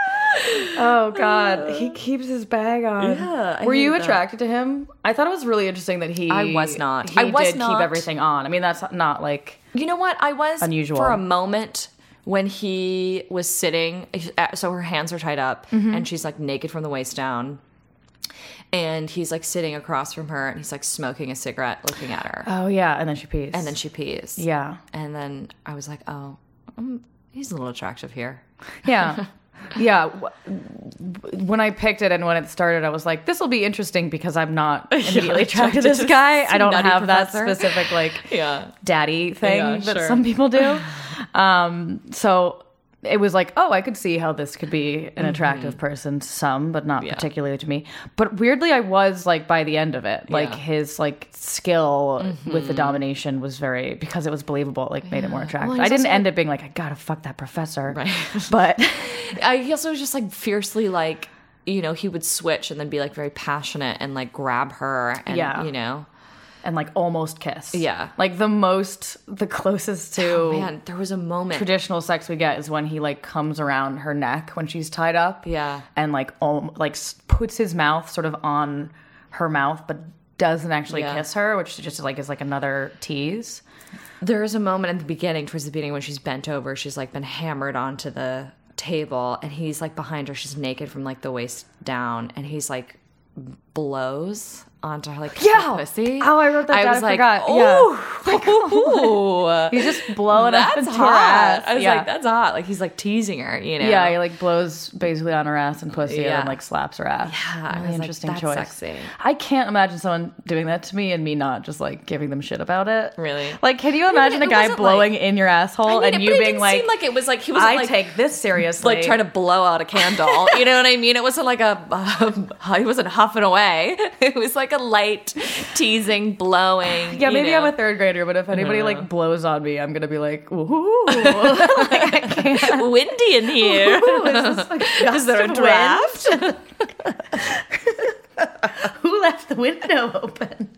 [SPEAKER 2] Oh God, <sighs> he keeps his bag on.
[SPEAKER 3] Yeah, I
[SPEAKER 2] were you
[SPEAKER 3] hate that.
[SPEAKER 2] attracted to him? I thought it was really interesting that he.
[SPEAKER 3] I was not.
[SPEAKER 2] He
[SPEAKER 3] I was
[SPEAKER 2] did
[SPEAKER 3] not.
[SPEAKER 2] keep everything on. I mean, that's not like.
[SPEAKER 3] You know what? I was
[SPEAKER 2] Unusual.
[SPEAKER 3] for a moment when he was sitting. So her hands are tied up,
[SPEAKER 2] Mm-hmm.
[SPEAKER 3] and she's like naked from the waist down. And he's like sitting across from her, and he's like smoking a cigarette, looking at her,
[SPEAKER 2] Oh yeah, and then she pees.
[SPEAKER 3] and then she pees.
[SPEAKER 2] <laughs> yeah,
[SPEAKER 3] And then I mm, was like, oh, um, he's a little attractive here.
[SPEAKER 2] yeah, yeah. Wh- when I picked it and when it started, I was like, this will be interesting because I'm <laughs> not immediately attracted to this <laughs> guy. I don't
[SPEAKER 3] nutty
[SPEAKER 2] have
[SPEAKER 3] professor.
[SPEAKER 2] that specific like
[SPEAKER 3] Yeah.
[SPEAKER 2] daddy thing
[SPEAKER 3] Yeah,
[SPEAKER 2] that
[SPEAKER 3] sure.
[SPEAKER 2] some
[SPEAKER 3] <laughs>
[SPEAKER 2] people do. um, so it was like, oh, I could see how this could be
[SPEAKER 3] Mm-hmm.
[SPEAKER 2] an attractive person to some, but not particularly to me. But weirdly, I was like by the end of it, like
[SPEAKER 3] Yeah. Mm-hmm.
[SPEAKER 2] his like skill with the domination was very because it was believable, like made it more attractive.
[SPEAKER 3] he's
[SPEAKER 2] I didn't
[SPEAKER 3] also,
[SPEAKER 2] end up being like, I gotta fuck that professor,
[SPEAKER 3] Right.
[SPEAKER 2] but. <laughs>
[SPEAKER 3] I, he also was just like fiercely like you know he would switch and then be like very passionate and like grab her and
[SPEAKER 2] Yeah.
[SPEAKER 3] you know
[SPEAKER 2] and like almost kiss.
[SPEAKER 3] Yeah. Oh,
[SPEAKER 2] Like the most, the closest to
[SPEAKER 3] man there was a moment
[SPEAKER 2] traditional sex we get is when he like comes around her neck when she's tied up.
[SPEAKER 3] Yeah.
[SPEAKER 2] And like al- like s- puts his mouth sort of on her mouth but doesn't actually
[SPEAKER 3] Yeah.
[SPEAKER 2] kiss her, which just like is like another tease.
[SPEAKER 3] there is a moment at the beginning towards the beginning when she's bent over she's like been hammered onto the table and he's like behind her she's naked from like the waist down and he's like blows onto her like yeah pussy
[SPEAKER 2] Oh, I wrote that down. I forgot. <laughs>
[SPEAKER 3] <laughs> oh
[SPEAKER 2] He's just blowing up
[SPEAKER 3] that's
[SPEAKER 2] into her ass.
[SPEAKER 3] hot i was
[SPEAKER 2] yeah.
[SPEAKER 3] like that's hot like he's like teasing her you know
[SPEAKER 2] Yeah, he like blows basically on her ass and pussy and
[SPEAKER 3] Yeah.
[SPEAKER 2] then like slaps her ass.
[SPEAKER 3] Yeah, I
[SPEAKER 2] really
[SPEAKER 3] was like,
[SPEAKER 2] interesting
[SPEAKER 3] "That's
[SPEAKER 2] choice.
[SPEAKER 3] sexy."
[SPEAKER 2] I can't imagine someone doing that to me and me not just like giving them shit about it.
[SPEAKER 3] Really?
[SPEAKER 2] Like, can you imagine
[SPEAKER 3] it
[SPEAKER 2] a guy
[SPEAKER 3] wasn't,
[SPEAKER 2] blowing
[SPEAKER 3] like-
[SPEAKER 2] in your asshole
[SPEAKER 3] I mean,
[SPEAKER 2] and
[SPEAKER 3] it-
[SPEAKER 2] you
[SPEAKER 3] but it
[SPEAKER 2] being
[SPEAKER 3] didn't
[SPEAKER 2] like,
[SPEAKER 3] seem like it was like he was
[SPEAKER 2] I
[SPEAKER 3] like,
[SPEAKER 2] take this seriously?
[SPEAKER 3] like trying to blow out a
[SPEAKER 2] <laughs>
[SPEAKER 3] candle. you know what I mean? It wasn't like a <laughs> um, he wasn't huffing away. <laughs> It was like a light teasing, blowing.
[SPEAKER 2] Yeah,
[SPEAKER 3] you
[SPEAKER 2] maybe
[SPEAKER 3] know.
[SPEAKER 2] I'm a third grader, but if anybody like blows on me, I'm gonna be like, ooh, <laughs>
[SPEAKER 3] windy in here. <laughs> Is there a
[SPEAKER 2] of
[SPEAKER 3] draft?
[SPEAKER 2] who left the window open?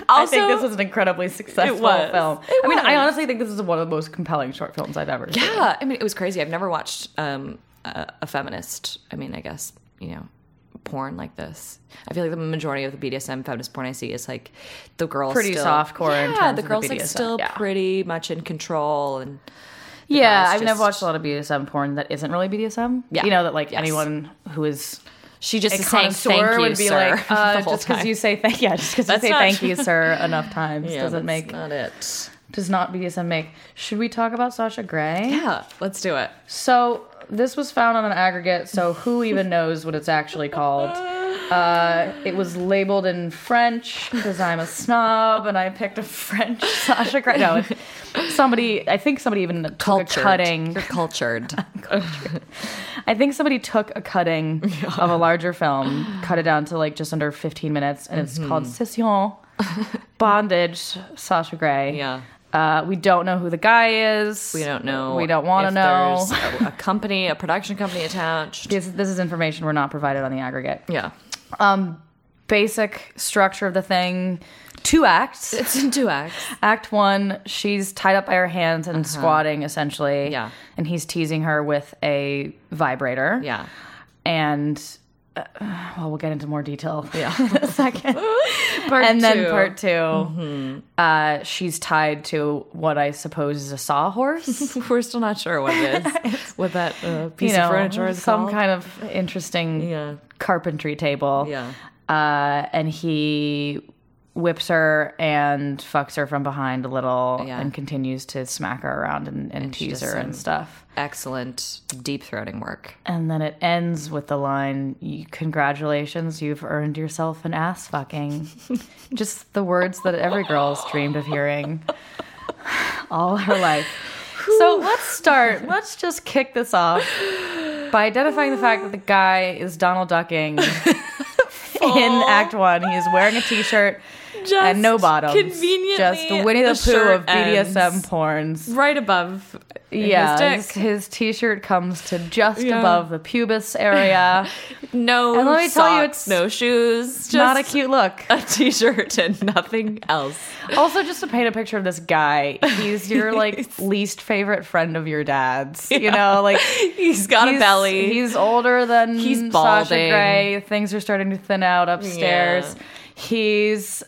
[SPEAKER 2] <laughs> I think
[SPEAKER 3] Also-
[SPEAKER 2] this was an incredibly successful
[SPEAKER 3] was.
[SPEAKER 2] film.
[SPEAKER 3] It
[SPEAKER 2] I mean, I
[SPEAKER 3] was.
[SPEAKER 2] honestly think this is one of the most compelling short films I've ever seen.
[SPEAKER 3] Yeah, I mean, it was crazy. I've never watched um, a, a feminist. I mean, I guess you know, porn like this. I feel like the majority of the BDSM feminist porn I see is like the girls
[SPEAKER 2] Pretty
[SPEAKER 3] still,
[SPEAKER 2] softcore
[SPEAKER 3] Yeah,
[SPEAKER 2] in terms
[SPEAKER 3] the
[SPEAKER 2] of the
[SPEAKER 3] girls like
[SPEAKER 2] BDSM,
[SPEAKER 3] still
[SPEAKER 2] yeah.
[SPEAKER 3] pretty much in control and
[SPEAKER 2] Yeah,
[SPEAKER 3] guys
[SPEAKER 2] I mean, I've
[SPEAKER 3] just-
[SPEAKER 2] watched a lot of BDSM porn that isn't really BDSM.
[SPEAKER 3] Yeah.
[SPEAKER 2] You know, that like
[SPEAKER 3] Yes.
[SPEAKER 2] anyone who is
[SPEAKER 3] she just
[SPEAKER 2] a
[SPEAKER 3] is saying
[SPEAKER 2] connoisseur
[SPEAKER 3] thank you,
[SPEAKER 2] would be
[SPEAKER 3] sir.
[SPEAKER 2] like, uh,
[SPEAKER 3] <laughs> the whole
[SPEAKER 2] just because
[SPEAKER 3] time.
[SPEAKER 2] you say thank, yeah, just because you
[SPEAKER 3] That's
[SPEAKER 2] say
[SPEAKER 3] not-
[SPEAKER 2] thank you, sir, enough
[SPEAKER 3] <laughs>
[SPEAKER 2] times
[SPEAKER 3] Yeah,
[SPEAKER 2] doesn't
[SPEAKER 3] that's
[SPEAKER 2] make
[SPEAKER 3] not it.
[SPEAKER 2] does not BDSM make. Should we talk about Sasha Grey?
[SPEAKER 3] Yeah, let's do it.
[SPEAKER 2] So this was found on an aggregate, so who even knows what it's actually called? Uh, It was labeled in French because I'm a snob and I picked a French Sasha Grey.
[SPEAKER 3] <laughs>
[SPEAKER 2] No, it- somebody, I think somebody even took a
[SPEAKER 3] Cultured.
[SPEAKER 2] <laughs> cutting.
[SPEAKER 3] You're cultured.
[SPEAKER 2] I think somebody took a cutting of a larger film, cut it down to like just under 15 minutes, and it's called
[SPEAKER 3] Mm-hmm.
[SPEAKER 2] Session
[SPEAKER 3] <laughs>
[SPEAKER 2] Bondage Sasha Grey.
[SPEAKER 3] yeah.
[SPEAKER 2] Uh, we don't know who the guy is.
[SPEAKER 3] We don't know.
[SPEAKER 2] We don't want to
[SPEAKER 3] if
[SPEAKER 2] know. <laughs>
[SPEAKER 3] There's a, a company, a production company attached.
[SPEAKER 2] This, this is information we're not provided on the aggregate.
[SPEAKER 3] Yeah.
[SPEAKER 2] Basic structure of the thing two acts.
[SPEAKER 3] It's in two acts.
[SPEAKER 2] Act one, she's tied up by her hands and squatting essentially.
[SPEAKER 3] Uh-huh. Yeah.
[SPEAKER 2] And he's teasing her with a vibrator.
[SPEAKER 3] Yeah.
[SPEAKER 2] And uh, well, we'll get into more detail yeah. in <laughs> a second.
[SPEAKER 3] Part
[SPEAKER 2] and
[SPEAKER 3] two. Mm-hmm.
[SPEAKER 2] then part 2 uh, she's tied to what I suppose is a sawhorse.
[SPEAKER 3] <laughs> We're still not sure what it <laughs> is. what that uh, piece
[SPEAKER 2] you know,
[SPEAKER 3] of furniture is
[SPEAKER 2] some
[SPEAKER 3] called.
[SPEAKER 2] kind of interesting
[SPEAKER 3] Yeah.
[SPEAKER 2] carpentry table.
[SPEAKER 3] Yeah.
[SPEAKER 2] Uh, and he whips her and fucks her from behind a little
[SPEAKER 3] Yeah.
[SPEAKER 2] and continues to smack her around and, and
[SPEAKER 3] she
[SPEAKER 2] tease
[SPEAKER 3] does
[SPEAKER 2] her and
[SPEAKER 3] some-
[SPEAKER 2] stuff.
[SPEAKER 3] Excellent deep throating work.
[SPEAKER 2] And then it ends with the line, "You- Congratulations, you've earned yourself an ass
[SPEAKER 3] <laughs>
[SPEAKER 2] fucking. Just the words that every girl's dreamed of hearing <sighs> all her life. So let's start. Let's just kick this off by identifying the fact that the guy is
[SPEAKER 3] <laughs>
[SPEAKER 2] Donald Ducking in Act One. He is wearing a t shirt and no bottoms.
[SPEAKER 3] Conveniently,
[SPEAKER 2] Just Winnie the, Pooh
[SPEAKER 3] shirt
[SPEAKER 2] of BDSM
[SPEAKER 3] ends
[SPEAKER 2] porns.
[SPEAKER 3] Right above
[SPEAKER 2] Yeah,
[SPEAKER 3] his
[SPEAKER 2] his,
[SPEAKER 3] dick.
[SPEAKER 2] his t-shirt comes to just
[SPEAKER 3] Yeah.
[SPEAKER 2] above the
[SPEAKER 3] <laughs>
[SPEAKER 2] pubis area.
[SPEAKER 3] No
[SPEAKER 2] And let me
[SPEAKER 3] socks,
[SPEAKER 2] tell you, it's
[SPEAKER 3] no shoes. Just
[SPEAKER 2] Not a cute
[SPEAKER 3] <laughs>
[SPEAKER 2] look.
[SPEAKER 3] a t-shirt and nothing else.
[SPEAKER 2] Also, just to paint a picture of this guy, he's your like least favorite friend of your dad's. You know, like
[SPEAKER 3] <laughs> He's <laughs> got a
[SPEAKER 2] he's-
[SPEAKER 3] belly.
[SPEAKER 2] He's older than
[SPEAKER 3] He's
[SPEAKER 2] Sasha
[SPEAKER 3] balding.
[SPEAKER 2] Grey. Things are starting to thin out upstairs.
[SPEAKER 3] Yeah.
[SPEAKER 2] He's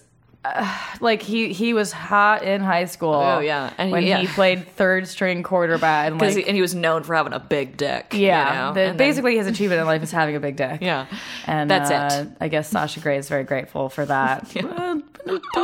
[SPEAKER 2] uh, like he he was hot in high school.
[SPEAKER 3] Oh, yeah. And he-
[SPEAKER 2] when
[SPEAKER 3] yeah.
[SPEAKER 2] he played third string
[SPEAKER 3] <laughs>
[SPEAKER 2] quarterback. And,
[SPEAKER 3] because
[SPEAKER 2] like,
[SPEAKER 3] he, and he was known for having a big dick. you
[SPEAKER 2] yeah,
[SPEAKER 3] know?
[SPEAKER 2] the-
[SPEAKER 3] And then-
[SPEAKER 2] basically his achievement in life is having a big dick.
[SPEAKER 3] yeah.
[SPEAKER 2] And
[SPEAKER 3] That's
[SPEAKER 2] uh, I guess Sasha Grey is very grateful
[SPEAKER 3] <laughs>
[SPEAKER 2] for that. Uh,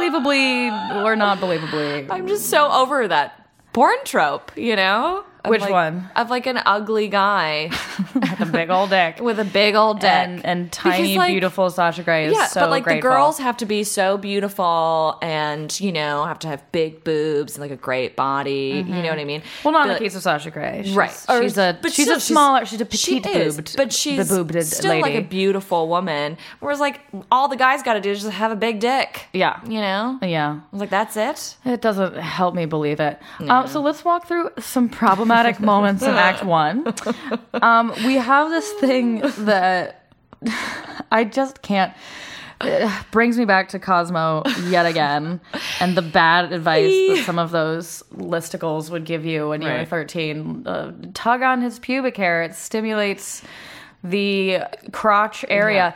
[SPEAKER 2] believably or not believably.
[SPEAKER 3] I'm just so over that porn trope, you know? Of
[SPEAKER 2] Which
[SPEAKER 3] like-
[SPEAKER 2] one?
[SPEAKER 3] Of like an ugly
[SPEAKER 2] <laughs>
[SPEAKER 3] guy
[SPEAKER 2] the big old dick.
[SPEAKER 3] with a big old dick
[SPEAKER 2] and, and tiny,
[SPEAKER 3] Because, like,
[SPEAKER 2] beautiful Sasha Grey is
[SPEAKER 3] Yeah,
[SPEAKER 2] so
[SPEAKER 3] but like
[SPEAKER 2] grateful.
[SPEAKER 3] the girls have to be so beautiful and you know have to have big boobs and like a great body. You know what I mean?
[SPEAKER 2] Mm-hmm. Well, not in
[SPEAKER 3] But-
[SPEAKER 2] the case of Sasha Grey. She's,
[SPEAKER 3] right. Or-
[SPEAKER 2] she's a
[SPEAKER 3] but
[SPEAKER 2] she's
[SPEAKER 3] still,
[SPEAKER 2] a smaller. She's a petite
[SPEAKER 3] she is,
[SPEAKER 2] boobed,
[SPEAKER 3] but she's
[SPEAKER 2] the boobed
[SPEAKER 3] still
[SPEAKER 2] lady.
[SPEAKER 3] like a beautiful woman. Whereas like all the guys got to do is just have a big dick.
[SPEAKER 2] Yeah.
[SPEAKER 3] you know. I
[SPEAKER 2] yeah,
[SPEAKER 3] was like, that's it.
[SPEAKER 2] it doesn't help me believe it. Um, so let's walk through some problematic <laughs> moments in Act
[SPEAKER 3] <laughs>
[SPEAKER 2] One. Um, we have this thing that <laughs> I just can't. It brings me back to Cosmo yet again, and the bad advice
[SPEAKER 3] <laughs>
[SPEAKER 2] that some of those listicles would give you when you were
[SPEAKER 3] Right.
[SPEAKER 2] thirteen. Uh, tug on his pubic hair; it stimulates the crotch area.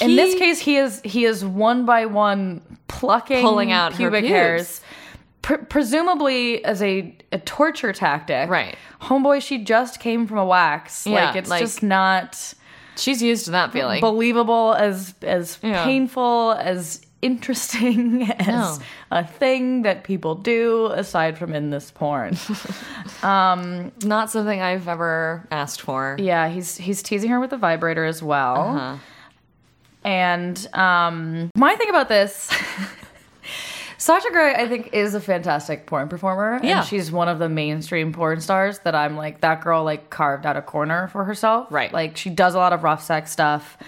[SPEAKER 2] In this
[SPEAKER 3] He-
[SPEAKER 2] case, he is he is one by one plucking
[SPEAKER 3] Pulling out her
[SPEAKER 2] pubic
[SPEAKER 3] pubes.
[SPEAKER 2] hairs, pre- presumably as a, a torture tactic.
[SPEAKER 3] Right.
[SPEAKER 2] homeboy, she just came from a wax.
[SPEAKER 3] Yeah,
[SPEAKER 2] like it's
[SPEAKER 3] like-
[SPEAKER 2] just not
[SPEAKER 3] She's used to that feeling.
[SPEAKER 2] believable as as
[SPEAKER 3] Yeah.
[SPEAKER 2] painful as interesting <laughs> as
[SPEAKER 3] No.
[SPEAKER 2] a thing that people do aside from in this porn. <laughs>
[SPEAKER 3] not something I've ever asked for.
[SPEAKER 2] yeah, he's he's teasing her with a vibrator as well.
[SPEAKER 3] Uh-huh.
[SPEAKER 2] And um my thing
[SPEAKER 3] <laughs>
[SPEAKER 2] about this Sasha Grey, I think, is a fantastic porn performer.
[SPEAKER 3] Yeah.
[SPEAKER 2] And she's one of the mainstream porn stars that I'm like, that girl like carved out a corner for herself.
[SPEAKER 3] Right.
[SPEAKER 2] Like she does a lot of rough sex stuff.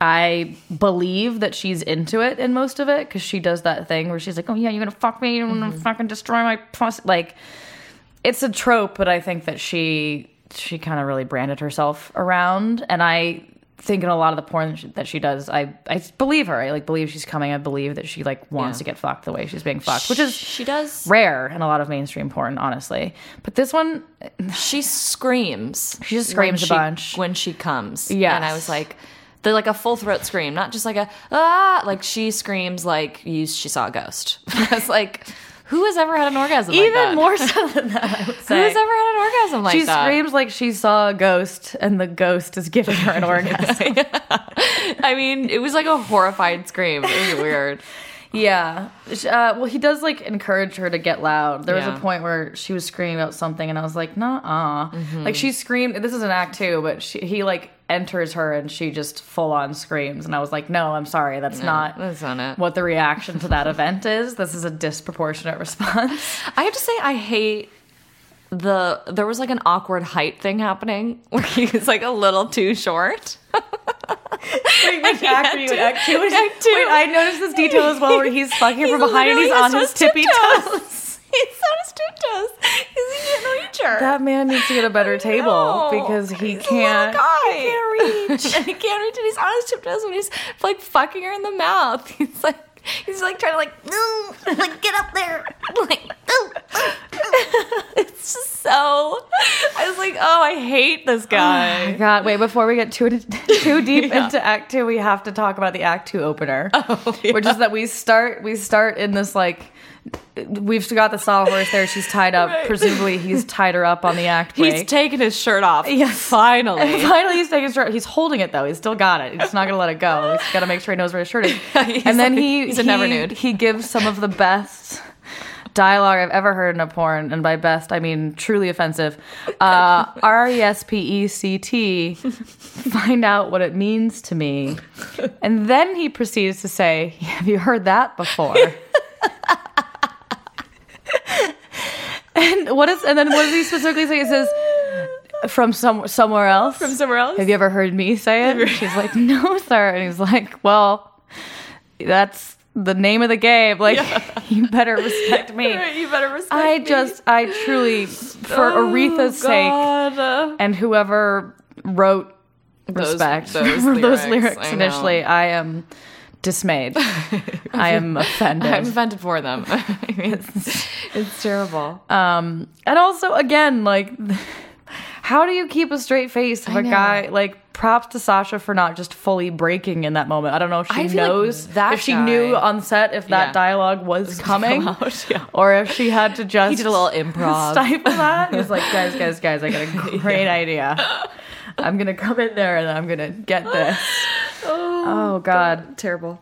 [SPEAKER 2] I believe that she's into it in most of it because she does that thing where she's like, oh yeah, you're going to fuck me. You're going to
[SPEAKER 3] Mm-hmm.
[SPEAKER 2] fucking destroy my pussy. Like it's a trope, but I think that she, she kind of really branded herself around. And I, think in a lot of the porn that she, that she does i i believe her i like believe she's coming i believe that she like wants
[SPEAKER 3] Yeah.
[SPEAKER 2] to get fucked the way she's being fucked which is
[SPEAKER 3] She does.
[SPEAKER 2] rare in a lot of mainstream porn, honestly. But this one,
[SPEAKER 3] She screams.
[SPEAKER 2] She just
[SPEAKER 3] when
[SPEAKER 2] screams a
[SPEAKER 3] she-
[SPEAKER 2] bunch.
[SPEAKER 3] when she comes.
[SPEAKER 2] Yes.
[SPEAKER 3] and I was like, they're like a full throat scream, not just like a ah. Like she screams like you. She saw a ghost. <laughs> I was like, who has ever had an orgasm? like
[SPEAKER 2] even
[SPEAKER 3] that?
[SPEAKER 2] more
[SPEAKER 3] <laughs>
[SPEAKER 2] so than that, I would
[SPEAKER 3] Who
[SPEAKER 2] say.
[SPEAKER 3] has ever had an orgasm like
[SPEAKER 2] she
[SPEAKER 3] that?
[SPEAKER 2] screams like she saw a ghost, and the ghost is giving her
[SPEAKER 3] <laughs>
[SPEAKER 2] an orgasm.
[SPEAKER 3] I mean, it was like a horrified scream. It was weird.
[SPEAKER 2] Yeah. Sh- Uh, well, he does like encourage her to get loud. There
[SPEAKER 3] Yeah.
[SPEAKER 2] was a point where she was screaming about something, and I was like, nah, uh.
[SPEAKER 3] Mm-hmm.
[SPEAKER 2] Like, she screamed. This is an act two, but she, he like enters her and she just full on screams. And I was like, no, I'm sorry. That's not
[SPEAKER 3] that's not it.
[SPEAKER 2] what the reaction to that event is. This is a
[SPEAKER 3] <laughs>
[SPEAKER 2] disproportionate response.
[SPEAKER 3] <laughs> I have to say, I hate the. There was like an awkward height thing happening <laughs> where he was like a little too short.
[SPEAKER 2] <laughs> Which act were you in? act two?
[SPEAKER 3] Act two.
[SPEAKER 2] Wait, I noticed this detail as well where he's fucking from behind and he's
[SPEAKER 3] literally
[SPEAKER 2] on his tippy toes.
[SPEAKER 3] <laughs> he's on his tiptoes because he can't reach her.
[SPEAKER 2] That man needs to get a better
[SPEAKER 3] No.
[SPEAKER 2] table because he
[SPEAKER 3] He's a little
[SPEAKER 2] can't.
[SPEAKER 3] guy. can't reach. and <laughs> he can't reach, and he's on his tiptoes when he's like fucking her in the mouth. <laughs> He's like, he's like trying to like, no, like <laughs> get up there, like, <laughs> no, no, no. <laughs> it's just so. I was like, oh, I hate
[SPEAKER 2] <sighs>
[SPEAKER 3] this guy.
[SPEAKER 2] Oh God, wait, before we get too, <laughs> too deep into act two, we have to talk about the act two
[SPEAKER 3] <laughs>
[SPEAKER 2] opener.
[SPEAKER 3] Oh,
[SPEAKER 2] Which is that we start we start in this like we've got the sawhorse there, she's tied up.
[SPEAKER 3] Right.
[SPEAKER 2] Presumably he's tied her up
[SPEAKER 3] <laughs>
[SPEAKER 2] on the act
[SPEAKER 3] He's
[SPEAKER 2] break.
[SPEAKER 3] taking his shirt off. Yes, finally.
[SPEAKER 2] <laughs> Finally, he's taking his shirt. He's holding it though. He's still got it. He's not gonna let it go.
[SPEAKER 3] <laughs>
[SPEAKER 2] He's gotta make sure he knows where his shirt is.
[SPEAKER 3] He's
[SPEAKER 2] and then
[SPEAKER 3] like-
[SPEAKER 2] he
[SPEAKER 3] he's a
[SPEAKER 2] he-
[SPEAKER 3] never nude.
[SPEAKER 2] He gives some of the best dialogue I've ever heard in a porn, and by best I mean truly offensive.
[SPEAKER 3] <laughs>
[SPEAKER 2] Uh, R e s p e c t. Find out what it means to me, and then he proceeds to say, "Have you heard
[SPEAKER 3] <laughs>
[SPEAKER 2] that before?" and what is? And then what does he specifically say? He says. From some somewhere else. From
[SPEAKER 3] <laughs> somewhere else?
[SPEAKER 2] Have you ever heard me say it? She's like, no, sir. And he's like, well, that's the name of the game. Like, <laughs> you better respect me.
[SPEAKER 3] <laughs> you better respect Oh,
[SPEAKER 2] I just, I truly, for Aretha's sake and whoever wrote respect <laughs>
[SPEAKER 3] those
[SPEAKER 2] for
[SPEAKER 3] lyrics,
[SPEAKER 2] those
[SPEAKER 3] I
[SPEAKER 2] lyrics
[SPEAKER 3] know.
[SPEAKER 2] initially, I am
[SPEAKER 3] <laughs>
[SPEAKER 2] dismayed. I am offended.
[SPEAKER 3] I'm offended for
[SPEAKER 2] <laughs>
[SPEAKER 3] them. <laughs> Uh, I mean, it's, it's terrible.
[SPEAKER 2] and also, again, like, <laughs> how do you keep a straight face if a
[SPEAKER 3] know.
[SPEAKER 2] guy like? Props to Sasha for not just fully breaking in that moment. I don't know if she
[SPEAKER 3] I feel like
[SPEAKER 2] knows
[SPEAKER 3] that
[SPEAKER 2] if she
[SPEAKER 3] guy-
[SPEAKER 2] knew on set if that
[SPEAKER 3] Yeah. <laughs>
[SPEAKER 2] dialogue was coming,
[SPEAKER 3] out, yeah.
[SPEAKER 2] or if she had to
[SPEAKER 3] <laughs>
[SPEAKER 2] just
[SPEAKER 3] he did a little improv.
[SPEAKER 2] <laughs> stifle that. He was
[SPEAKER 3] <laughs>
[SPEAKER 2] like, guys, guys, guys, I got a great idea. I'm gonna come in there and I'm gonna get
[SPEAKER 3] <laughs>
[SPEAKER 2] this. Oh, God.
[SPEAKER 3] Terrible.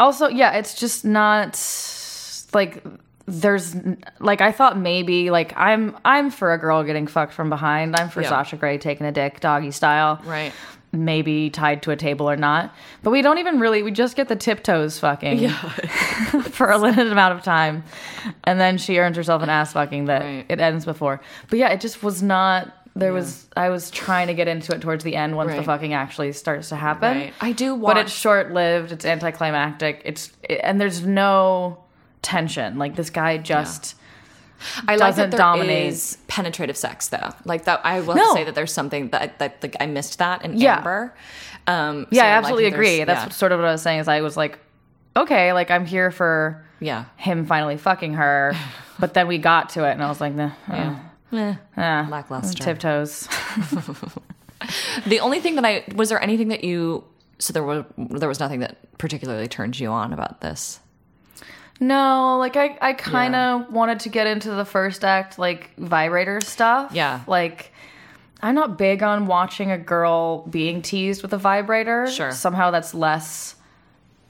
[SPEAKER 2] also yeah it's just not like there's like i thought maybe like i'm i'm for a girl getting fucked from behind i'm for
[SPEAKER 3] Yeah.
[SPEAKER 2] sasha gray taking a dick doggy style
[SPEAKER 3] Right.
[SPEAKER 2] maybe tied to a table or not but we don't even really we just get the tiptoes fucking <laughs> for a limited amount of time and then she earns herself an ass fucking that
[SPEAKER 3] Right.
[SPEAKER 2] it ends before but yeah it just was not there was i was trying to get into it towards the end once the
[SPEAKER 3] Right.
[SPEAKER 2] fucking actually starts to happen
[SPEAKER 3] Right. I do
[SPEAKER 2] but
[SPEAKER 3] watch-
[SPEAKER 2] it's short lived. It's anticlimactic. It's and there's no tension. Like this guy just
[SPEAKER 3] I like that
[SPEAKER 2] doesn't
[SPEAKER 3] there
[SPEAKER 2] dominate.
[SPEAKER 3] is penetrative sex though. Like that, I will
[SPEAKER 2] No.
[SPEAKER 3] say that there's something that that like I missed that in
[SPEAKER 2] Yeah.
[SPEAKER 3] Amber. Um,
[SPEAKER 2] yeah.
[SPEAKER 3] so
[SPEAKER 2] I
[SPEAKER 3] like
[SPEAKER 2] absolutely
[SPEAKER 3] that
[SPEAKER 2] agree.
[SPEAKER 3] there's-
[SPEAKER 2] That's sort of what I was saying. Is I was like, okay, like I'm here for
[SPEAKER 3] yeah.
[SPEAKER 2] him finally fucking <laughs> her, but then we got to it, and I was like, nah, yeah.
[SPEAKER 3] yeah. lackluster.
[SPEAKER 2] tiptoes.
[SPEAKER 3] The only thing that I was there anything that you so there was there was nothing that particularly turned you on about this.
[SPEAKER 2] No, like I, I kind of wanted to get into the first act, like vibrator stuff.
[SPEAKER 3] Yeah.
[SPEAKER 2] Like, I'm not big on watching a girl being teased with a vibrator.
[SPEAKER 3] Sure.
[SPEAKER 2] Somehow that's less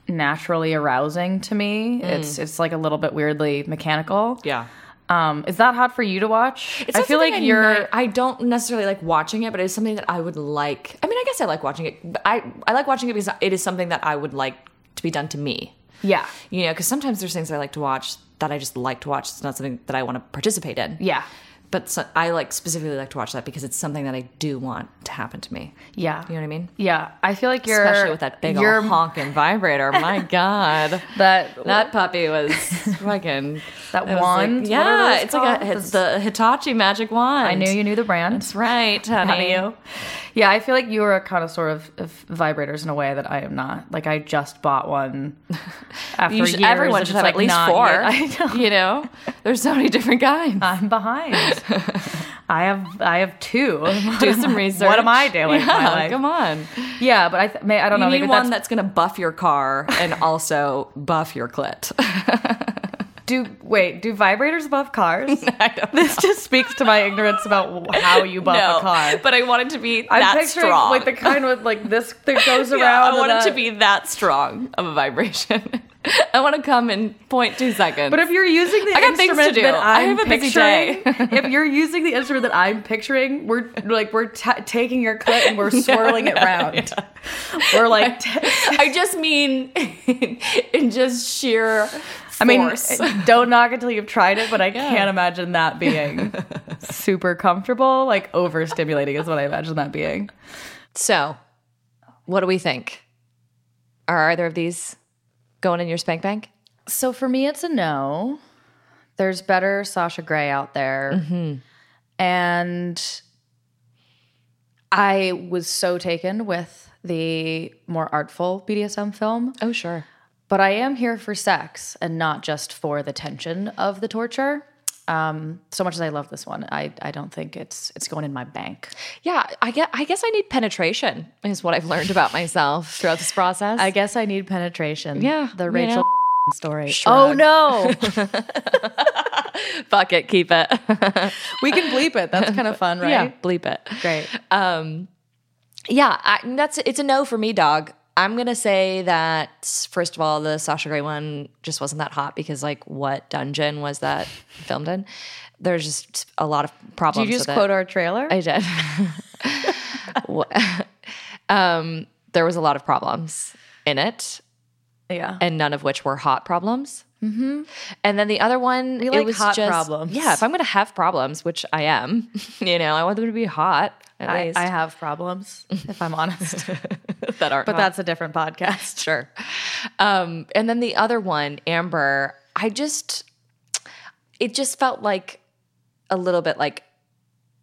[SPEAKER 2] naturally arousing to me. It's it's like a little bit weirdly mechanical.
[SPEAKER 3] Mm. Yeah.
[SPEAKER 2] Um, is that hot for you to watch? I feel like you're.
[SPEAKER 3] I don't necessarily like watching it, but it's something that I would like. I mean, I guess I like watching it. But I I like watching it because it is something that I would like to be done to me.
[SPEAKER 2] yeah.
[SPEAKER 3] You know, because sometimes there's things I like to watch that I just like to watch. It's not something that I want to participate in.
[SPEAKER 2] Yeah.
[SPEAKER 3] But so, I like specifically like to watch that because it's something that I do want to happen to me.
[SPEAKER 2] Yeah.
[SPEAKER 3] You know what I mean?
[SPEAKER 2] Yeah. I feel like you're.
[SPEAKER 3] Especially with that big
[SPEAKER 2] you're
[SPEAKER 3] old honking vibrator.
[SPEAKER 2] <laughs>
[SPEAKER 3] My God.
[SPEAKER 2] That,
[SPEAKER 3] That puppy was fucking
[SPEAKER 2] <laughs> That
[SPEAKER 3] it was
[SPEAKER 2] wand?
[SPEAKER 3] like-
[SPEAKER 2] What are
[SPEAKER 3] yeah,
[SPEAKER 2] those
[SPEAKER 3] it's like
[SPEAKER 2] called?
[SPEAKER 3] a it's the Hitachi magic wand.
[SPEAKER 2] I knew you knew the brand. That's
[SPEAKER 3] Right, honey.
[SPEAKER 2] Yeah, I feel like you are a connoisseur of, of vibrators in a way that I am not. Like I just
[SPEAKER 3] <laughs>
[SPEAKER 2] bought one after
[SPEAKER 3] You should,
[SPEAKER 2] years
[SPEAKER 3] everyone
[SPEAKER 2] of
[SPEAKER 3] should
[SPEAKER 2] just,
[SPEAKER 3] have
[SPEAKER 2] like,
[SPEAKER 3] at least
[SPEAKER 2] not
[SPEAKER 3] four.
[SPEAKER 2] yet- <laughs> I know.
[SPEAKER 3] You know, there's so many different kinds.
[SPEAKER 2] I'm behind. I have I have two.
[SPEAKER 3] <laughs> Do some research.
[SPEAKER 2] <laughs> What am I doing? with my
[SPEAKER 3] Yeah,
[SPEAKER 2] life?
[SPEAKER 3] come on.
[SPEAKER 2] Yeah, but I th- may, I don't
[SPEAKER 3] You
[SPEAKER 2] know.
[SPEAKER 3] need
[SPEAKER 2] Maybe
[SPEAKER 3] one that's
[SPEAKER 2] that's
[SPEAKER 3] going to buff your car <laughs> and also buff your <laughs> clit.
[SPEAKER 2] do wait do vibrators buff cars?
[SPEAKER 3] <laughs>
[SPEAKER 2] this just speaks to my ignorance about w- how you buff
[SPEAKER 3] no,
[SPEAKER 2] a car.
[SPEAKER 3] but I want it to be
[SPEAKER 2] I'm
[SPEAKER 3] that
[SPEAKER 2] picturing
[SPEAKER 3] strong.
[SPEAKER 2] like the kind with like this that
[SPEAKER 3] <laughs>
[SPEAKER 2] goes
[SPEAKER 3] Yeah,
[SPEAKER 2] around.
[SPEAKER 3] I
[SPEAKER 2] and
[SPEAKER 3] want it
[SPEAKER 2] that-
[SPEAKER 3] to be that strong of a vibration. <laughs> I want to come in 0.2 seconds.
[SPEAKER 2] But if you're using the
[SPEAKER 3] I got things to
[SPEAKER 2] instrument
[SPEAKER 3] do.
[SPEAKER 2] that
[SPEAKER 3] I
[SPEAKER 2] I'm
[SPEAKER 3] have a busy
[SPEAKER 2] picturing,
[SPEAKER 3] day.
[SPEAKER 2] <laughs> if you're using the instrument that I'm picturing, we're like we're t- taking your clit
[SPEAKER 3] <laughs>
[SPEAKER 2] and we're swirling it round. We're like, t-
[SPEAKER 3] I just mean <laughs> in just sheer force.
[SPEAKER 2] I mean,
[SPEAKER 3] uh,
[SPEAKER 2] eh, don't knock until you've tried it, but I can't imagine that
[SPEAKER 3] <laughs>
[SPEAKER 2] being super comfortable. Like overstimulating is what I imagine that being.
[SPEAKER 3] so what do we think? Are either of these going in your spank bank?
[SPEAKER 2] So for me, it's a no. There's better Sasha Gray out there. And I was so taken with the more artful BDSM film,
[SPEAKER 3] Oh, sure.
[SPEAKER 2] but I am here for sex and not just for the tension of the torture. Um, so much as I love this one, I, I don't think it's it's going in my bank.
[SPEAKER 3] Yeah, I get. I guess I need penetration is what I've learned about myself throughout this process.
[SPEAKER 2] I guess I need penetration.
[SPEAKER 3] Yeah,
[SPEAKER 2] The
[SPEAKER 3] you
[SPEAKER 2] Rachel
[SPEAKER 3] know.
[SPEAKER 2] story. Oh
[SPEAKER 3] Shrug. <laughs>
[SPEAKER 2] no.
[SPEAKER 3] Oh, fuck it, keep it. <laughs>
[SPEAKER 2] we can bleep it. That's kind of fun, right?
[SPEAKER 3] Yeah, bleep it.
[SPEAKER 2] Great.
[SPEAKER 3] Yeah, I, that's it's a no for me, dog. I'm gonna say that first of all, the Sasha Grey one just wasn't that hot because like, what dungeon was that <laughs> filmed in? There's just a lot of problems.
[SPEAKER 2] Did you just
[SPEAKER 3] with it.
[SPEAKER 2] quote our trailer?
[SPEAKER 3] I did. <laughs> Wha- <laughs> um, there was a lot of problems in it,
[SPEAKER 2] yeah.
[SPEAKER 3] and none of which were hot problems. Mm-hmm. And then the other one, it
[SPEAKER 2] like
[SPEAKER 3] was
[SPEAKER 2] hot
[SPEAKER 3] just-
[SPEAKER 2] problems.
[SPEAKER 3] Yeah, if I'm gonna have problems, which I am, <laughs> you know, I want them to be hot at <laughs>
[SPEAKER 2] I,
[SPEAKER 3] least.
[SPEAKER 2] I have <laughs> problems, if I'm honest.
[SPEAKER 3] that aren't
[SPEAKER 2] but
[SPEAKER 3] hot.
[SPEAKER 2] that's a different podcast.
[SPEAKER 3] sure. Um, and then the other one, Amber, I just, it just felt like a little bit like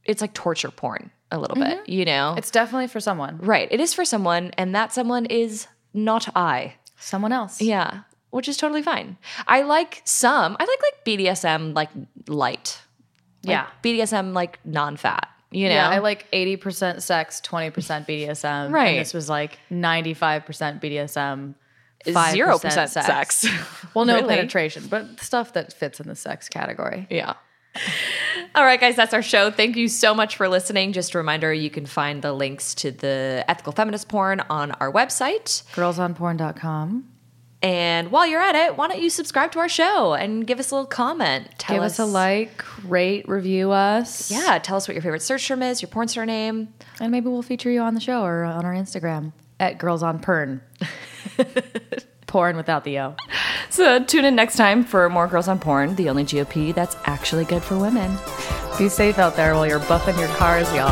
[SPEAKER 3] it's like torture porn a little bit, you know?
[SPEAKER 2] Mm-hmm. It's definitely for someone,
[SPEAKER 3] right. It is for someone, and that someone is not I.
[SPEAKER 2] someone else.
[SPEAKER 3] Yeah, which is totally fine. I like some. I like like BDSM like light. Like,
[SPEAKER 2] yeah.
[SPEAKER 3] BDSM like non-fat. You know.
[SPEAKER 2] Yeah, I like 80% sex, 20% BDSM.
[SPEAKER 3] Right.
[SPEAKER 2] And this was like 95% BDSM,
[SPEAKER 3] 0%
[SPEAKER 2] 5%
[SPEAKER 3] sex.
[SPEAKER 2] <laughs> Well, no
[SPEAKER 3] Really?
[SPEAKER 2] penetration, but stuff that fits in the sex category.
[SPEAKER 3] Yeah. <laughs> All right, guys, that's our show. Thank you so much for listening. Just a reminder you can find the links to the ethical feminist porn on our website.
[SPEAKER 2] Girlsonporn.com.
[SPEAKER 3] And while you're at it, why don't you subscribe to our show and give us a little comment? Tell
[SPEAKER 2] Give us a like, rate, review us.
[SPEAKER 3] Yeah, tell us what your favorite search term is, your porn star name.
[SPEAKER 2] And maybe we'll feature you on the show or on our Instagram at Girls on Pern. <laughs> Porn without the O.
[SPEAKER 3] So tune in next time for more Girls on Porn, the only GOP that's actually good for women.
[SPEAKER 2] Be safe out there while you're buffing your cars, y'all.